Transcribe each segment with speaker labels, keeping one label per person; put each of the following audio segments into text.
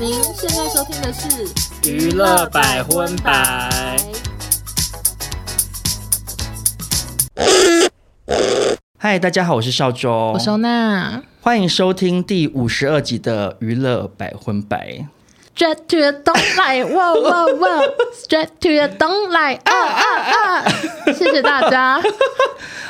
Speaker 1: 您现在收听的是《
Speaker 2: 娱乐百分百》。嗨，大家好，我是邵周，
Speaker 1: 我收纳，
Speaker 2: 欢迎收听第五十二集的《娱乐百分百》。
Speaker 1: Straight to the don't lie，哇哇 哇！Straight to the don't lie，啊啊 啊！谢谢大家。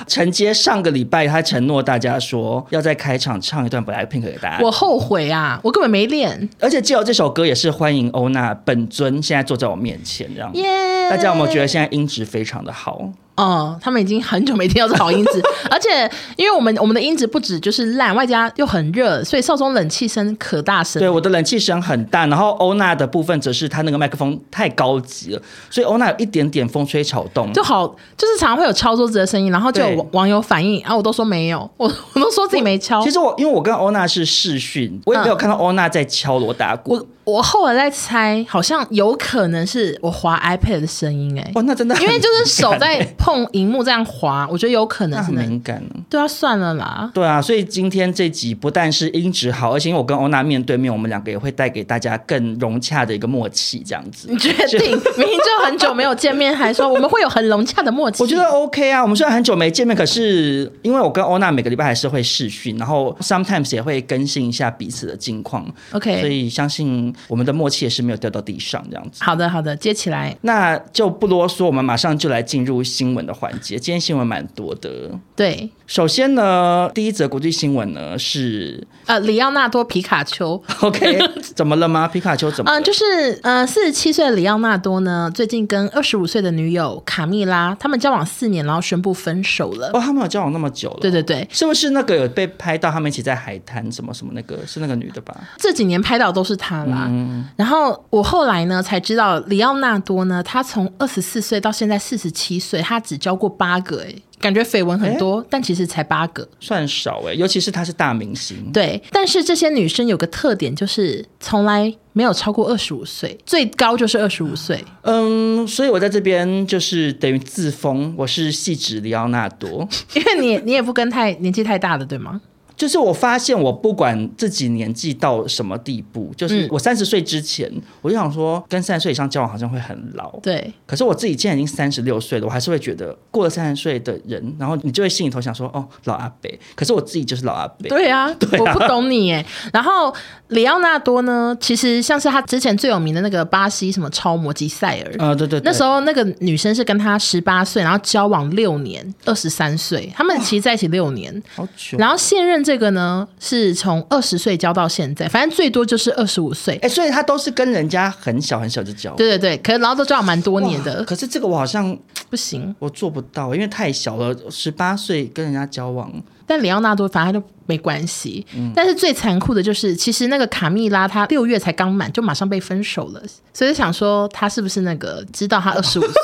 Speaker 2: 承接上个礼拜，他承诺大家说要在开场唱一段 BLACKPINK 给大家。
Speaker 1: 我后悔啊，我根本没练。
Speaker 2: 而且，既有这首歌也是欢迎欧娜本尊现在坐在我面前，这样。
Speaker 1: 耶！
Speaker 2: 大家有没有觉得现在音质非常的好？
Speaker 1: 哦，他们已经很久没听到这好音 质，而且因为我们我们的音质不止就是烂，外加又很热，所以少中冷气声可大声。
Speaker 2: 对，我的冷气声很大，然后欧娜的部分则是她那个麦克风太高级了，所以欧娜有一点点风吹草动，
Speaker 1: 就好，就是常常会有敲桌子的声音，然后就有
Speaker 2: 对
Speaker 1: 网网友反映啊，我都说没有，我我都说自己没敲
Speaker 2: 其。实我因为我跟欧娜是视讯，我也没有看到欧娜在敲锣打鼓。
Speaker 1: 嗯我我后来在猜，好像有可能是我滑 iPad 的声音哎、
Speaker 2: 哇，那真的很
Speaker 1: 因为就是手
Speaker 2: 敏感
Speaker 1: 在
Speaker 2: 欸
Speaker 1: 碰荧幕这样滑，我觉得有可
Speaker 2: 那
Speaker 1: 能是
Speaker 2: 很
Speaker 1: 那
Speaker 2: 敏感啊。
Speaker 1: 对啊，算了啦。
Speaker 2: 对啊，所以今天这集不但是音质好，而且因为我跟欧娜面对面，我们两个也会带给大家更融洽的一个默契，这样子
Speaker 1: 你。嗯确定？明明就很久没有见面，还说我们会有很融洽的默契。
Speaker 2: 我觉得 OK 啊，我们虽然很久没见面，可是因为我跟欧娜每个礼拜还是会视讯，然后 sometimes 也会更新一下彼此的近况，
Speaker 1: OK，
Speaker 2: 所以相信我们的默契也是没有掉到地上这样子。
Speaker 1: 好的，好的，接起来。
Speaker 2: 那就不啰嗦，我们马上就来进入新闻的环节。今天新闻蛮多的，
Speaker 1: 对，
Speaker 2: 首先呢，第一则国际新闻呢是
Speaker 1: 呃，里奥纳多皮卡丘，
Speaker 2: OK，怎么了吗？皮卡丘怎么
Speaker 1: 嗯、
Speaker 2: 了？
Speaker 1: 就是呃，四十七岁的里奥纳多呢，最近跟二十五岁的女友卡蜜拉，他们交往四年，然后宣布分手了。
Speaker 2: 哦，他们有交往那么久了，
Speaker 1: 对对对，
Speaker 2: 是不是那个有被拍到他们一起在海滩什么什么那个是那个女的吧？
Speaker 1: 这几年拍到都是他啦。然后我后来呢才知道，里奥纳多呢，他从二十四岁到现在四十七岁，他只交过八个、欸，感觉绯闻很多，但其实才八个。
Speaker 2: 算少哎、尤其是她是大明星，
Speaker 1: 对，但是这些女生有个特点，就是从来没有超过二十五岁，最高就是二十五 岁。
Speaker 2: 嗯，所以我在这边就是等于自封我是细指里奥纳 多，
Speaker 1: 因为你你也不跟太年纪太大的，对吗？
Speaker 2: 就是我发现我不管自己年纪到什么地步，就是
Speaker 1: 嗯
Speaker 2: 我三十岁之前，我就想说跟三十岁以上交往好像会很老，
Speaker 1: 对，
Speaker 2: 可是我自己现在已经三十六岁了，我还是会觉得过了三十岁的人，然后你就会心里头想说哦老阿伯，可是我自己就是老阿伯，
Speaker 1: 对啊，我不懂你耶。然后里奥纳多呢，其实像是他之前最有名的那个巴西什么超模及塞尔，
Speaker 2: 呃对对对，
Speaker 1: 那时候那个女生是跟他十八岁，然后交往六年，二十三岁，他们其实在一起六年。
Speaker 2: 好久。
Speaker 1: 然后现任这个呢，是从二十岁交到现在，反正最多就是二十五岁。
Speaker 2: 哎、所以他都是跟人家很小很小就交往。
Speaker 1: 对对对，可是然后都交往蛮多年
Speaker 2: 哇
Speaker 1: 的，
Speaker 2: 可是这个我好像
Speaker 1: 不行。
Speaker 2: 我做不到，因为太小了，十八岁跟人家交往，
Speaker 1: 但里奥纳多反正他就没关系。
Speaker 2: 嗯
Speaker 1: 但是最残酷的就是，其实那个卡蜜拉她六月才刚满，就马上被分手了，所以就想说她是不是那个知道她二十五 岁，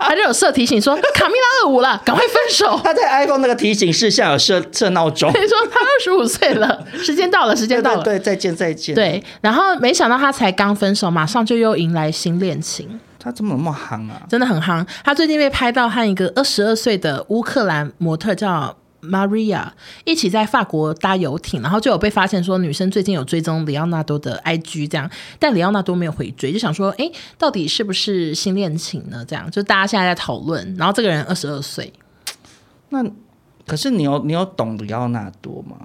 Speaker 1: 她就有设提醒说卡蜜拉二五了，赶快分手。
Speaker 2: 他在 iPhone 那个提醒事项有设设闹 钟，
Speaker 1: 所以说她二十五岁 了，时间到了，时间
Speaker 2: 对
Speaker 1: 到
Speaker 2: 对
Speaker 1: 了。
Speaker 2: 对，再见再见。，
Speaker 1: 对，然后没想到她才刚分手，马上就又迎来新恋情，
Speaker 2: 他怎么那么憨啊？
Speaker 1: 真的很夯。她最近被拍到和一个二十二岁的乌克兰模特叫 Maria 一起在法国搭游艇，然后就有被发现说女生最近有追踪里奥纳多的 IG 这样，但里奥纳多没有回追，就想说，哎，到底是不是新恋情呢？这样就大家现在在讨论。然后这个人二十二岁，
Speaker 2: 那可是你有你有懂里奥纳多吗？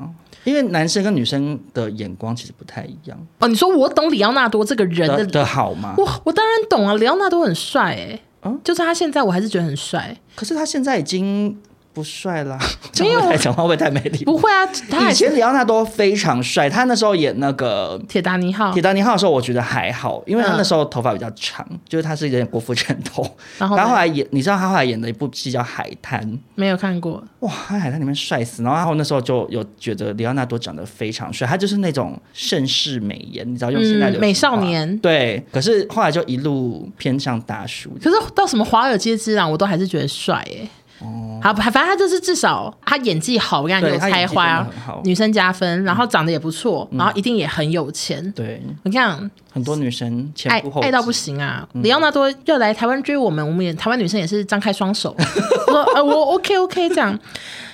Speaker 2: 因为男生跟女生的眼光其实不太一样
Speaker 1: 哦，你说我懂里奥纳多这个人
Speaker 2: 的
Speaker 1: 的
Speaker 2: 的好吗？
Speaker 1: 我我当然懂啊，里奥纳多很帅哎、
Speaker 2: 嗯
Speaker 1: 就是他现在我还是觉得很帅。
Speaker 2: 可是他现在已经不帅啦，
Speaker 1: 没有
Speaker 2: 讲话太讲话会不会太没礼貌？
Speaker 1: 不会啊，他还
Speaker 2: 以
Speaker 1: 是
Speaker 2: 前里奥纳多非常帅，他那时候演那个
Speaker 1: 铁达尼号
Speaker 2: 铁，达尼号的时候，我觉得还好，因为他那时候头发比较长，就是他是有点郭富城头。
Speaker 1: 啊然后
Speaker 2: 他后
Speaker 1: 呢
Speaker 2: 来演，你知道他后来演的一部戏叫《海滩》，
Speaker 1: 没有看过，
Speaker 2: 哇，他在海滩里面帅死。然后他那时候就有觉得里奥纳多长得非常帅，他就是那种盛世美颜，你知道用现在流行
Speaker 1: 嗯，
Speaker 2: 话
Speaker 1: 美少。年。
Speaker 2: 对，可是后来就一路偏向大叔。
Speaker 1: 可是到什么华尔街之狼，我都还是觉得帅哎、好，反正他就是至少他演技好，让
Speaker 2: 哦对
Speaker 1: 有
Speaker 2: 他演技
Speaker 1: 才
Speaker 2: 真
Speaker 1: 华
Speaker 2: 的，很好嗯
Speaker 1: 女生加分，然后长得也不错，然后一定也很有钱。
Speaker 2: 对，
Speaker 1: 你看，
Speaker 2: 很多女生前
Speaker 1: 爱
Speaker 2: 仆后继嗯
Speaker 1: 爱到不行啊！里奥纳多要来台湾追我们，我们也台湾女生也是张开双 手，我说呃我 OK OK 这样。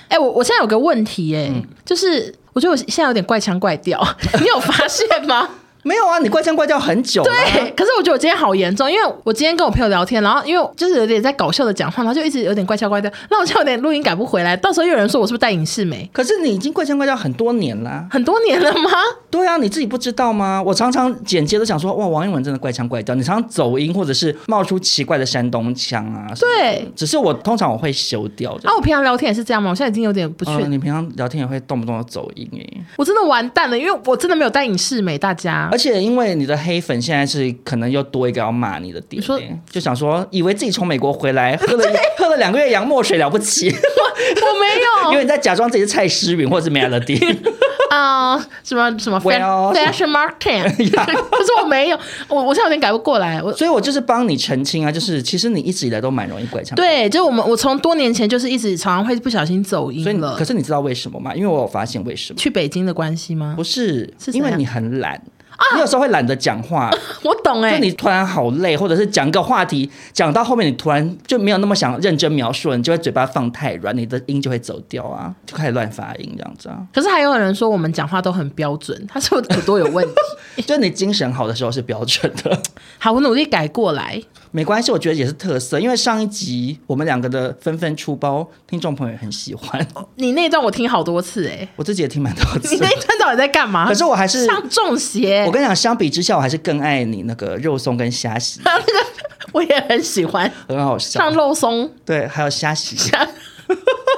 Speaker 1: 哎、我我现在有
Speaker 2: 嗯
Speaker 1: 个问题哎、就是我觉得我现在有点怪腔怪调，你有发现吗？
Speaker 2: 没有啊，你怪腔怪调很久、啊。
Speaker 1: 对，可是我觉得我今天好严重，因为我今天跟我朋友聊天，然后因为就是有点在搞笑的讲话，然后就一直有点怪腔怪调，那我就有点录音改不回来，到时候又有人说我是不是戴隐适美，
Speaker 2: 可是你已经怪腔怪调很多年啦。
Speaker 1: 很多年了吗？
Speaker 2: 对啊，你自己不知道吗？我常常剪接都想说，哇，王一文真的怪腔怪调，你常常走音或者是冒出奇怪的山东腔啊。
Speaker 1: 对，
Speaker 2: 只是我通常我会修掉的。
Speaker 1: 啊，我平常聊天也是这样吗？我现在已经有点不确
Speaker 2: 嗯，你平常聊天也会动不动就走音诶，
Speaker 1: 我真的完蛋了，因为我真的没有戴隐适美，大家
Speaker 2: 而。且因为你的黑粉现在是可能又多一个要骂你的点、
Speaker 1: 你说
Speaker 2: 欸，就想说以为自己从美国回 来喝了喝了两个月洋墨水了不起，
Speaker 1: 我没有
Speaker 2: 因为你在假装自己是蔡诗芸或者是 Melody，
Speaker 1: 啊、什么什么
Speaker 2: Well-
Speaker 1: fan- fashion marketing，可 是我没有，我我现在有点改不过来。我
Speaker 2: 所以我就是帮你澄清啊，就是其实你一直以来都蛮容易拐腔。
Speaker 1: 嗯对，就我们我从多年前就是一直常常会不小心走
Speaker 2: 所以
Speaker 1: 音
Speaker 2: 你
Speaker 1: 了
Speaker 2: 可。是你知道为什么吗？因为我有发现为什么，
Speaker 1: 去北京的关系吗
Speaker 2: 不？
Speaker 1: 嗯
Speaker 2: 是
Speaker 1: 是啊怎
Speaker 2: 因
Speaker 1: 样
Speaker 2: 为你很懒。你有时候会懒得讲话，
Speaker 1: 我懂哎、
Speaker 2: 就你突然好累，或者是讲一个话题，讲到后面你突然就没有那么想认真描述了，你就会嘴巴放太软，你的音就会走掉啊，就开始乱发音这样子 啊。
Speaker 1: 可是还有人说我们讲话都很标准，他说我耳朵有问题。
Speaker 2: 就你精神好的时候是标准的，
Speaker 1: 好，我努力改过来。
Speaker 2: 没关系，我觉得也是特色，因为上一集我们两个的纷纷出包，听众朋友也很喜欢，
Speaker 1: 你那一段我听好多次哎、
Speaker 2: 我自己也听蛮多
Speaker 1: 哦你
Speaker 2: 次
Speaker 1: 那。一段到底在干嘛？
Speaker 2: 可是我还是，
Speaker 1: 上中邪
Speaker 2: 我，跟你讲，相比之下，我还是更爱你那个肉松跟虾洗，
Speaker 1: 他那个我也很喜欢
Speaker 2: 很好
Speaker 1: 上
Speaker 2: 笑。
Speaker 1: 肉松。
Speaker 2: 对，还有虾洗。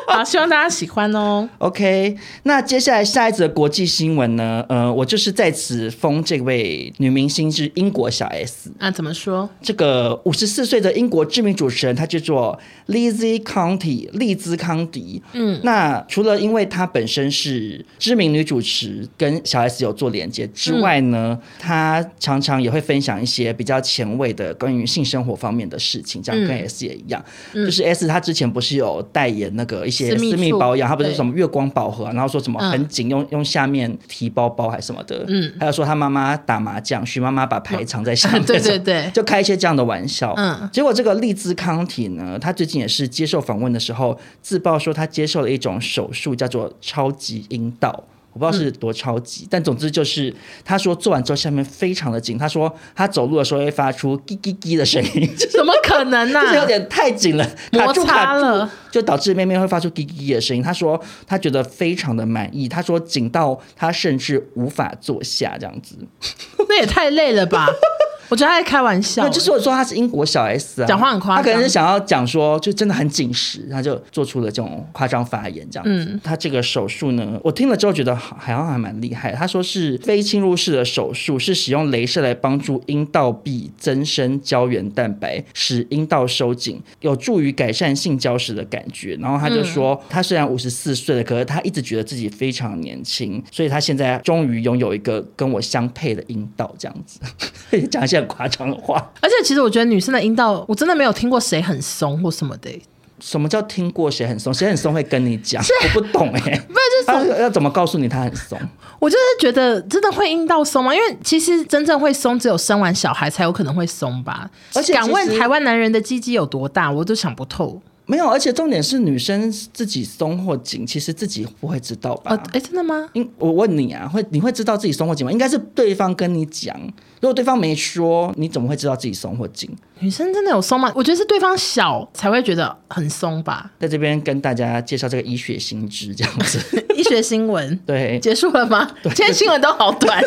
Speaker 1: 好，希望大家喜欢哦。
Speaker 2: OK，那接下来下一则国际新闻呢？呃，我就是在此封这位女明星是英国小 S，
Speaker 1: 啊，怎么说？
Speaker 2: 这个五十四岁的英国知名主持人，她叫做 Lizzie County，利兹康迪。嗯，那除了因为她本身是知名女主持，跟小 S 有做连接之外呢，
Speaker 1: 嗯
Speaker 2: 她常常也会分享一些比较前卫的关于性生活方面的事情，
Speaker 1: 嗯
Speaker 2: 这样跟 S 也一样。就是 S 她之前不是有代言那个一些
Speaker 1: 私密
Speaker 2: 私密
Speaker 1: 处嗯
Speaker 2: 保养，她不是
Speaker 1: 对。
Speaker 2: 什么月光宝盒啊、然后说什么很紧，用用下面提包包还是什么的。嗯，还有说她妈妈打麻将，徐妈妈把牌藏在下面
Speaker 1: 对对对
Speaker 2: 就开一些这样的玩笑。嗯
Speaker 1: 嗯，
Speaker 2: 结果这个利兹康体呢，他最近也是接受访问的时候自曝说，他接受了一种手术，叫做超级阴道。我不知道是多超
Speaker 1: 嗯
Speaker 2: 级，但总之就是，他说做完之后下面非常的紧，他说他走路的时候会发出叽叽叽的声音，就
Speaker 1: 怎么可能啊呢、
Speaker 2: 是有点太紧了，卡
Speaker 1: 嗯摩
Speaker 2: 住
Speaker 1: 擦
Speaker 2: 卡住
Speaker 1: 了，
Speaker 2: 就导致妹妹会发出滴滴滴的声音。她说她觉得非常的满意，她说紧到她甚至无法坐下这样子。
Speaker 1: 那也太累了吧？我觉得他在开玩笑
Speaker 2: 对，，就是我说他是英国小 S 啊，
Speaker 1: 讲话很夸张
Speaker 2: 他可能是想要讲说，就真的很紧实，他就做出了这种夸张发言这样子。
Speaker 1: 嗯
Speaker 2: 他这个手术呢，我听了之后觉得好好像还蛮厉害。他说是非侵入式的手术，是使用镭射来帮助阴道壁增生胶原蛋白，使阴道收紧，有助于改善性交时的感觉。然后他就说，
Speaker 1: 嗯
Speaker 2: 他虽然五十四岁了，可是他一直觉得自己非常年轻，所以他现在终于拥有一个跟我相配的阴道这样子。 讲一些很夸张的话。
Speaker 1: 而且其实我觉得女生的阴道，我真的没有听过谁很松或什么的、
Speaker 2: 什么叫听过谁很松？谁很松会跟你讲？我不懂哎、欸，
Speaker 1: 不 是，就是
Speaker 2: 他要怎么告诉你他很松？
Speaker 1: 我就是觉得真的会阴道松吗？因为其实真正会松，只有生完小孩才有可能会松吧。
Speaker 2: 而且其实
Speaker 1: 敢问台湾男人的鸡鸡有多大，我都想不透。
Speaker 2: 没有，而且重点是女生自己松或紧，其实自己不会知道吧？
Speaker 1: 哦，哎，真的吗？
Speaker 2: 因我问你啊，会你会知道自己松或紧吗？应该是对方跟你讲，如果对方没说，你怎么会知道自己松或紧？
Speaker 1: 女生真的有松吗？我觉得是对方小才会觉得很松 吧。
Speaker 2: 在这边跟大家介绍这个医学新知，这样 子。
Speaker 1: 医学新闻
Speaker 2: 对，
Speaker 1: 结束了吗？今天新闻都好 短。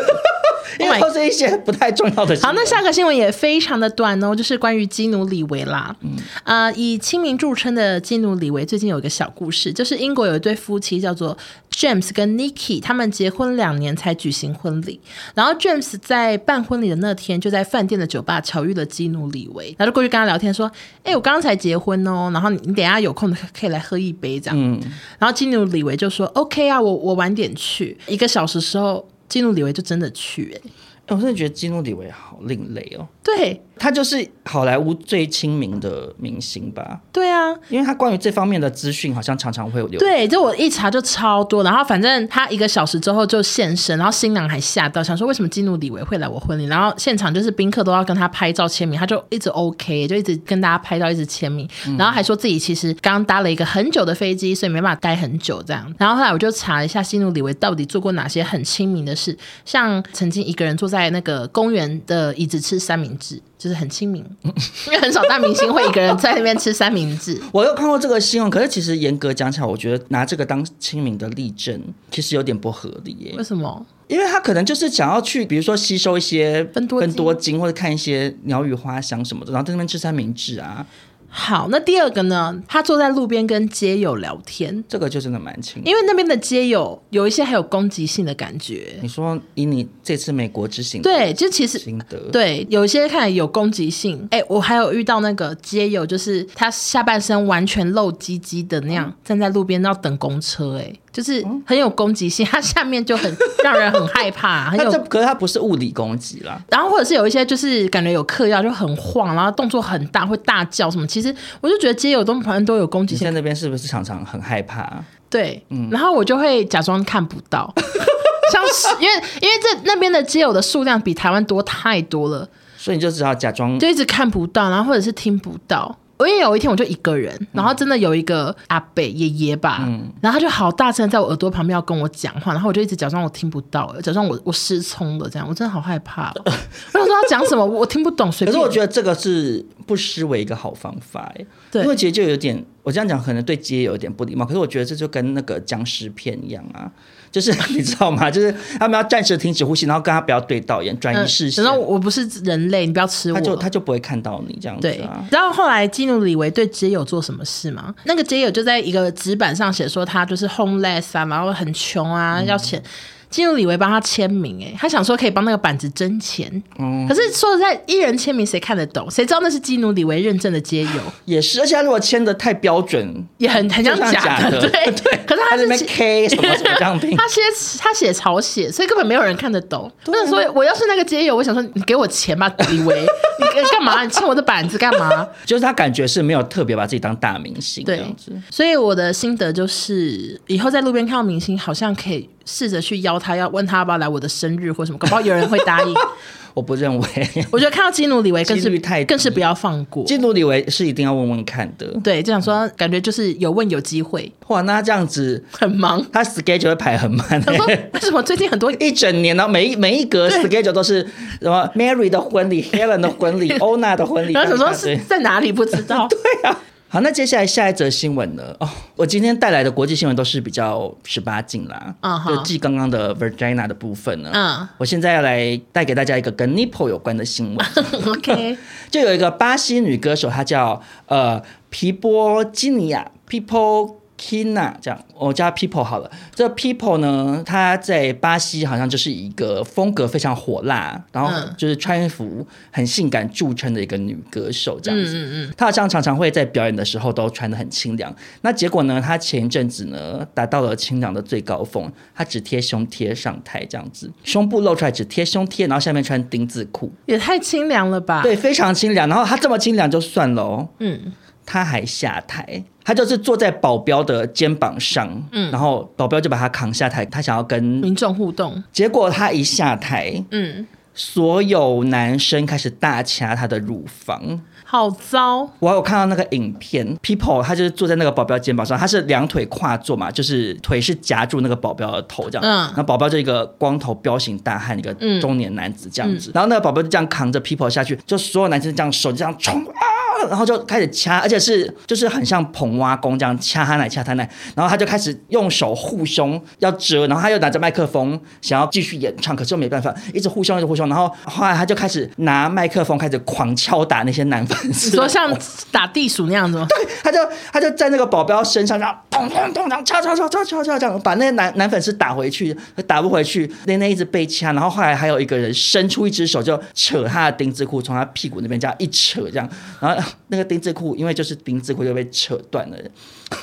Speaker 2: 因
Speaker 1: Oh my
Speaker 2: 为都是一些不太重要的新闻。
Speaker 1: 好，那下个新闻也非常的短哦，就是关于基努里维啦。嗯，呃，以亲民著称的基努里维最近有一个小故事，就是英国有一对夫妻叫做 James 跟 Nikki，他们结婚两年才举行婚礼。然后 James 在办婚礼的那天，就在饭店的酒吧巧遇了基努里维，然后就过去跟他聊天说：“哎、我刚刚才结婚哦，然后你你等一下有空的可以来喝一杯这样。”
Speaker 2: 嗯，
Speaker 1: 然后基努里维就说：“OK 啊，我我晚点去。”一个小时之后，基努里维就真的去、哎，
Speaker 2: 哎我真的觉得基努里维好另类哦，
Speaker 1: 对
Speaker 2: 他就是好莱坞最亲民的明星吧？
Speaker 1: 对啊，
Speaker 2: 因为他关于这方面的资讯好像常常会有流。
Speaker 1: 对，就我一查就超多，然后反正他一个小时之后就现身，然后新娘还吓到，想说为什么基努里维会来我婚礼，然后现场就是宾客都要跟他拍照签名，他就一直 OK，就一直跟大家拍照，一直签名，然后还说自己其实刚搭了一个很久的飞机，所以没办法待很久这样。然后后来我就查了一下基努里维到底做过哪些很亲民的事，像曾经一个人坐在在那个公园的椅子吃三明治，就是很亲民，因为很少大明星会一个人在那边吃三明治。
Speaker 2: 我有看过这个新闻，可是其实严格讲起来，我觉得拿这个当清明的例证，其实有点不合理耶
Speaker 1: 为。什么？
Speaker 2: 因为他可能就是想要去，比如说吸收一些
Speaker 1: 分多精
Speaker 2: 精或者看一些鸟语花香什么的，然后在那边吃三明治啊，
Speaker 1: 好，那第二个呢？他坐在路边跟街友聊天，
Speaker 2: 这个就真的蛮清。
Speaker 1: 因为那边的街友有一些还有攻击性的感觉。
Speaker 2: 你说以你这次美国之行的
Speaker 1: 对，就其实
Speaker 2: 心得，
Speaker 1: 对，有些看来有攻击性。哎、我还有遇到那个街友，就是他下半身完全露鸡鸡的那
Speaker 2: 嗯
Speaker 1: 样，站在路边要等公车、哎，就是
Speaker 2: 哦
Speaker 1: 很有攻击性。他下面就 很让人很害怕，很
Speaker 2: 他这
Speaker 1: 有。
Speaker 2: 可是他不是物理攻击啦，
Speaker 1: 然后或者是有一些就是感觉有嗑药就很晃，然后动作很大，会大叫什么。其实我就觉得街友都好像都有攻击
Speaker 2: 你
Speaker 1: 性
Speaker 2: 在，那边是不是常常很害怕？
Speaker 1: 对，
Speaker 2: 嗯
Speaker 1: 然后我就会假装看不到。 像是因为因为这那边的街友的数量比台湾多太多了，
Speaker 2: 所以你就只好假装
Speaker 1: 就一直看不到，然后或者是听不到。我也有一天我就一个
Speaker 2: 嗯
Speaker 1: 人，然后真的有一个阿北爷爷吧，然后他就好大声地在我耳朵旁边要跟我讲话，然后我就一直假装我听不到，假装我我失聪了这样，我真的好害怕、哦。我想说他讲什么我听不懂，随
Speaker 2: 可
Speaker 1: 便。
Speaker 2: 是我觉得这个是不失为一个好方法哎，
Speaker 1: 对
Speaker 2: 因为其实就有点，我这样讲可能对街有点不礼貌，可是我觉得这就跟那个僵尸片一样啊， 就是你知道吗？ 就是他们要暂时停止呼吸，然后跟他不要对到眼，转移视线，
Speaker 1: 然后嗯我不是人类，你不要吃我。
Speaker 2: 他就他就不会看到你这样子
Speaker 1: 对
Speaker 2: 啊，。
Speaker 1: 然后后来基努里维对街友做什么事吗？那个街友就在一个纸板上写说他就是 homeless 啊，然后很穷啊，
Speaker 2: 嗯
Speaker 1: 要钱。基努里维帮他签名、欸，他想说可以帮那个板子争钱。
Speaker 2: 哦
Speaker 1: 可是说实在，一人签名谁看得懂？谁知道那是基努里维认证的街 友，
Speaker 2: 也是，而且他如果签的太标准，
Speaker 1: 也很很
Speaker 2: 就
Speaker 1: 像
Speaker 2: 像
Speaker 1: 假
Speaker 2: 假
Speaker 1: 的。
Speaker 2: 的
Speaker 1: 对
Speaker 2: 对
Speaker 1: 可是
Speaker 2: 他
Speaker 1: 他
Speaker 2: 在那
Speaker 1: 是
Speaker 2: 边 K 什么什
Speaker 1: 。
Speaker 2: 么这样拼
Speaker 1: 他写他写草写，所以根本没有人看得懂。
Speaker 2: 啊
Speaker 1: 我想说，我要是那个街友，我想说你给我钱吧，李维，你你干嘛？你欠我的板子干嘛？
Speaker 2: 就是他感觉是没有特别把自己当大明星这
Speaker 1: 对
Speaker 2: 样子，
Speaker 1: 所以我的心得就是，以后在路边看到明星，好像可以试着去邀他，要问他要不要来我的生日或什么，搞不好有人会答 应。
Speaker 2: 我不认为。
Speaker 1: 我觉得看到基努里维更
Speaker 2: 几率
Speaker 1: 是
Speaker 2: 太低
Speaker 1: 更是不要放过。
Speaker 2: 进入李维是一定要问问看的。
Speaker 1: 对，就想说，感觉就是有问有机会，
Speaker 2: 哇，那他这样子，
Speaker 1: 很忙。
Speaker 2: 他 schedule 会排很满、
Speaker 1: 想说
Speaker 2: 欸。
Speaker 1: 为什么最近很 多
Speaker 2: 一整年呢，每一每一格 schedule 都是什么 Mary 的婚 礼、Helen 的婚礼、欧娜的婚礼，
Speaker 1: 然后想说
Speaker 2: 对
Speaker 1: 是在哪里不知道，
Speaker 2: 对啊。好，那接下来下一则新闻呢？哦，我今天带来的国际新闻都是比较十八禁啦，
Speaker 1: 嗯好
Speaker 2: 就继刚刚的 Virginia 的部分呢，
Speaker 1: 嗯
Speaker 2: 我现在要来带给大家一个跟 nipple 有关的新闻。
Speaker 1: ，OK，
Speaker 2: 就有一个巴西女歌手，她叫呃皮波基尼亚 （People Kina），这样我叫她 People 好了。这 People 呢，她在巴西好像就是一个风格非常火辣，然后
Speaker 1: 嗯
Speaker 2: 就是穿服很性感著称的一个女歌手这样子。
Speaker 1: 嗯嗯嗯，
Speaker 2: 她好像常常会在表演的时候都穿得很清凉。那结果呢，她前一阵子呢达到了清凉的最高峰，她只贴胸贴上台这样子，胸部露出来只贴胸贴，然后下面穿丁字裤。
Speaker 1: 也太清凉了吧？，
Speaker 2: 对，非常清凉。然后他这么清凉就算了哦，
Speaker 1: 嗯，
Speaker 2: 他还下台，他就是坐在保镖的肩膀上，嗯，然后保镖就把他扛下台，他想要跟。
Speaker 1: 民众互动，
Speaker 2: 结果他一下台，
Speaker 1: 嗯，
Speaker 2: 所有男生开始大掐他的乳房。
Speaker 1: 好糟，
Speaker 2: 我有看到那个影片，People 他就是坐在那个保镖肩膀上，他是两腿跨坐嘛，就是腿是夹住那个保镖的头这样。
Speaker 1: 嗯
Speaker 2: 然后保镖就一个光头彪形大汉，一个
Speaker 1: 嗯
Speaker 2: 中年男子这样子。然后那个保镖就这样扛着 People 下去，就所有男生就这样手就这样冲啊，然后就开始掐，而且是就是很像捧蛙功这样掐他奶掐他奶。然后他就开始用手护胸要遮，然后他又拿着麦克风想要继续演唱，可是又没办法，一直护胸一直护胸。然后后来他就开始拿麦克风开始狂敲打那些男粉丝。
Speaker 1: 你说像打地鼠那样子吗？
Speaker 2: 他就他就在那个保镖身上，然后砰砰砰，然后敲敲敲敲敲敲，这样把那个男男粉丝打回去，打不回去，那那一直被掐，然后后来还有一个人伸出一只手就扯他的丁字裤，从他屁股那边这样一扯，这样，然后那个丁字裤因为就是丁字裤就被扯断了，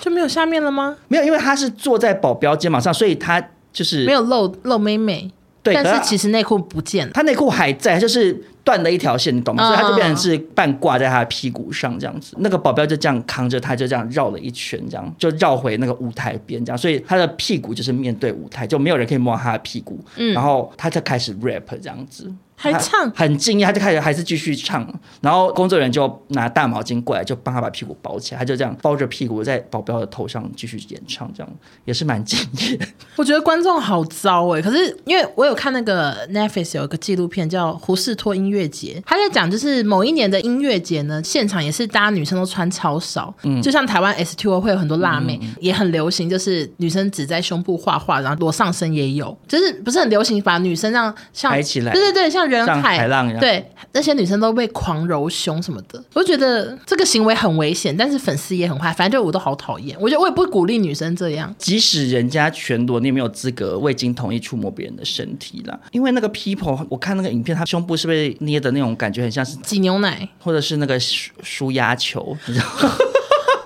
Speaker 1: 就没有下面了吗？
Speaker 2: 没有，因为他是坐在保镖肩膀上，所以他就是
Speaker 1: 没有露露妹妹，
Speaker 2: 对，
Speaker 1: 但
Speaker 2: 可
Speaker 1: 是其实内裤不见了。
Speaker 2: 他内裤还在，就是断了一条线，你懂吗？
Speaker 1: 嗯
Speaker 2: 所以他就变成是半挂在他的屁股上这样子。那个保镖就这样扛着他，就这样绕了一圈，这样就绕回那个舞台边这样。所以他的屁股就是面对舞台，就没有人可以摸他的屁股。然后他就开始 rap 这样子。
Speaker 1: 还唱
Speaker 2: 很敬业，他就开始还是继续唱，然后工作人员就拿大毛巾过来，就帮他把屁股包起来，他就这样包着屁股在保镖的头上继续演唱，这样也是蛮敬业的。
Speaker 1: 我觉得观众好糟哎、可是因为我有看那个 Netflix 有一个纪录片叫《胡适托音乐节》，他在讲就是某一年的音乐节呢，现场也是大家女生都穿超少，
Speaker 2: 嗯
Speaker 1: 就像台湾 S Two O 会有很多辣妹，也很流行，就是女生只在胸部画画，然后裸上身也有，就是不是很流行把女生让像
Speaker 2: 抬起来
Speaker 1: 对对对，像人
Speaker 2: 像海浪一样
Speaker 1: 对那些女生都被狂揉胸什么的，我就觉得这个行为很危险，但是粉丝也很坏，反正就我都好讨厌，我觉得我也不鼓励女生这样。
Speaker 2: 即使人家全裸，你也没有资格未经同意触摸别人的身体啦。因为那个 people，我看那个影片，他胸部是被捏的那种感觉，很像是，
Speaker 1: 挤牛奶，
Speaker 2: 或者是那个舒舒压球，你知道吗？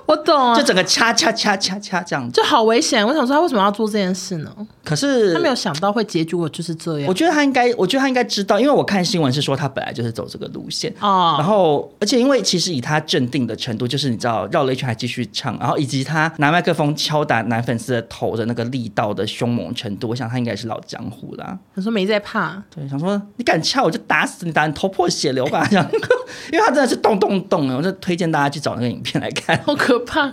Speaker 1: 我懂啊，
Speaker 2: 就
Speaker 1: 就
Speaker 2: 整个掐掐掐掐掐这样子。
Speaker 1: 好危险。我想说，他为什么要做这件事呢？
Speaker 2: 可是
Speaker 1: 他没有想到会结局我就是这样
Speaker 2: 我。觉得他应该，我觉得他应该知道，因为我看新闻是说他本来就是走这个路线。
Speaker 1: 哦
Speaker 2: 然后，而且因为其实以他镇定的程度，就是你知道绕了一圈还继续唱，然后以及他拿麦克风敲打男粉丝的头的那个力道的凶猛程度，我想他应该是老江湖啦。
Speaker 1: 他说没在怕，
Speaker 2: 对，想说你敢敲我就打死你，打你头破血流吧，这样，因为他真的是动动动的，我就推荐大家去找那个影片来看。
Speaker 1: 好可怕。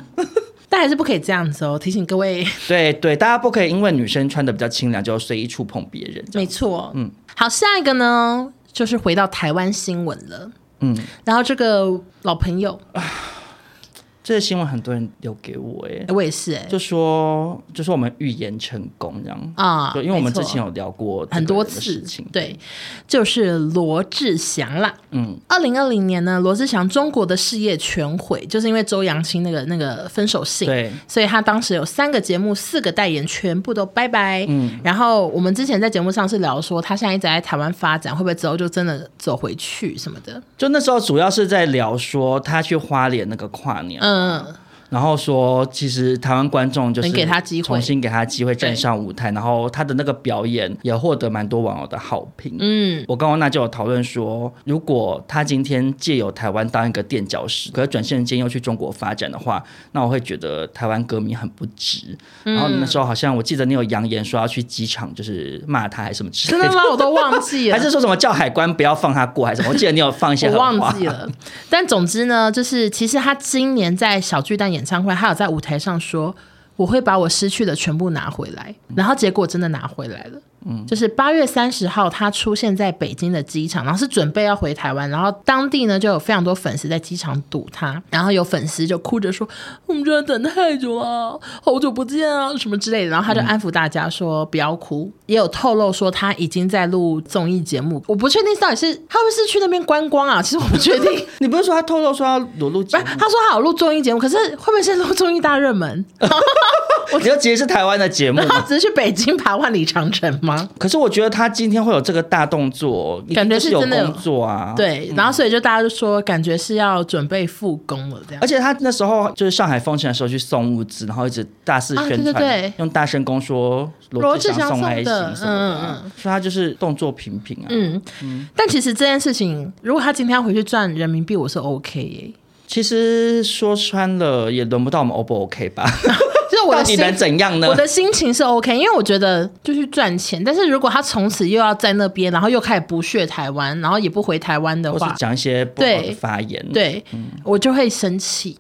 Speaker 1: 但还是不可以这样子哦，提醒各位。
Speaker 2: 对对，大家不可以因为女生穿的比较清凉就随意触碰别人。
Speaker 1: 没错，嗯。好，下一个呢，就是回到台湾新闻了。
Speaker 2: 嗯，
Speaker 1: 然后这个老朋友，
Speaker 2: 这个新闻很多人留给我、欸，哎，
Speaker 1: 我也是哎、
Speaker 2: 就说就说我们预言成功这样
Speaker 1: 啊
Speaker 2: 对，因为我
Speaker 1: 没
Speaker 2: 们
Speaker 1: 错
Speaker 2: 之前有聊过这个
Speaker 1: 很多
Speaker 2: 人
Speaker 1: 次
Speaker 2: 的事情，，
Speaker 1: 对，就是罗志祥啦。
Speaker 2: 嗯，
Speaker 1: 二零二零年呢，罗志祥中国的事业全毁，就是因为周扬青那个那个分手信。
Speaker 2: 对，
Speaker 1: 所以他当时有三个节目、四个代言，全部都拜拜。嗯，然后我们之前在节目上是聊说，他现在一直在台湾发展，会不会之后就真的走回去什么的？
Speaker 2: 就那时候主要是在聊说他去花莲那个跨年，
Speaker 1: 嗯，
Speaker 2: 然后说其实台湾观众就是
Speaker 1: 能给他机会
Speaker 2: 重新给他机会站上舞台，然后他的那个表演也获得蛮多网友的好评。
Speaker 1: 嗯，
Speaker 2: 我跟欧娜就有讨论说，如果他今天借由台湾当一个垫脚石，可是转瞬间又去中国发展的话，那我会觉得台湾歌迷很不值。
Speaker 1: 嗯
Speaker 2: 然后那时候好像我记得你有扬言说要去机场，就是骂他还是什么之
Speaker 1: 真
Speaker 2: 类
Speaker 1: 的
Speaker 2: 的。
Speaker 1: 吗？我都忘记了，
Speaker 2: 还是说什么叫海关不要放他过，还是什么？我记得你有放一些
Speaker 1: 我
Speaker 2: 狠话
Speaker 1: 忘记。了。但总之呢，就是其实他今年在小巨蛋演唱会，他有在舞台上说。我会把我失去的全部拿回来，然后结果真的拿回来了。嗯，就是八月三十号，他出现在北京的机场，然后是准备要回台湾，然后当地呢就有非常多粉丝在机场堵他，然后有粉丝就哭着说：“我们真的等太久了，好久不见啊，什么之类的。”然后他就安抚大家说：“不要哭。”也有透露说他已经在录综艺节目，我不确定到底是他会不是去那边观光啊，其实我不确定。
Speaker 2: 你不是说他透露说要裸
Speaker 1: 不
Speaker 2: 露节
Speaker 1: 是，
Speaker 2: 目？
Speaker 1: 他说他有录综艺节目，可是会不会是录综艺大热门？
Speaker 2: 我觉得其实是台湾的节目
Speaker 1: 然。后只是去北京爬万里长城吗？
Speaker 2: 可是我觉得他今天会有这个大动作，
Speaker 1: 感觉
Speaker 2: 一定
Speaker 1: 是
Speaker 2: 是有
Speaker 1: 真的有
Speaker 2: 工作啊。。
Speaker 1: 对，然后所以就大家就说，感觉是要准备复工了这样
Speaker 2: 而。且他那时候就是上海封城的时候去送物资，然后一直大肆宣传，
Speaker 1: 啊对对对
Speaker 2: 用大声公说罗
Speaker 1: 罗
Speaker 2: 志
Speaker 1: 志祥
Speaker 2: 祥送
Speaker 1: 送
Speaker 2: 爱心
Speaker 1: 的
Speaker 2: 什么的啊、
Speaker 1: 嗯
Speaker 2: 所以他就是动作频频啊。
Speaker 1: 嗯，但其实这件事情，如果他今天要回去赚人民币，我是 OK 耶、
Speaker 2: 其实说穿了也轮不到我们 O 不 OK 吧？
Speaker 1: 就是我
Speaker 2: 到
Speaker 1: 的
Speaker 2: 底
Speaker 1: 心，
Speaker 2: 能怎样呢
Speaker 1: 我？的心情是 OK，因为我觉得就去赚钱。但是如果他从此又要在那边，然后又开始不屑台湾，然后也不回台湾的
Speaker 2: 或是
Speaker 1: 话，
Speaker 2: 讲一嗯些不好的
Speaker 1: 对
Speaker 2: 发言，，
Speaker 1: 对、我就会生气。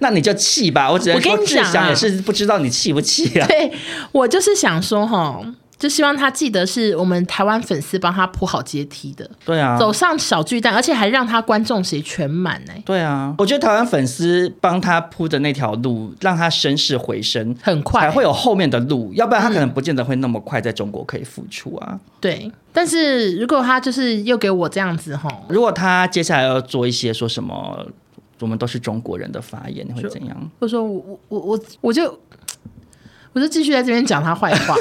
Speaker 2: 那你就气吧。我只能
Speaker 1: 我跟
Speaker 2: 说，
Speaker 1: 你
Speaker 2: 志
Speaker 1: 讲啊
Speaker 2: 祥也是不知道你气不气啊。
Speaker 1: 对我就是想说哈，就希望他记得是我们台湾粉丝帮他铺好阶梯的，
Speaker 2: 对啊，
Speaker 1: 走上小巨蛋，而且还让他观众席全满呢、
Speaker 2: 对啊，我觉得台湾粉丝帮他铺的那条路，让他声势回升，
Speaker 1: 很
Speaker 2: 才
Speaker 1: 快。
Speaker 2: 会有后面的路，要不然他可能不见得会那么快在中国可以付出啊。
Speaker 1: 对，但是如果他就是又给我这样子哈，
Speaker 2: 如果他接下来要做一些说什么“我们都是中国人”的发言，你会怎样？
Speaker 1: 或者说我我我我我就我就继续在这边讲他坏话，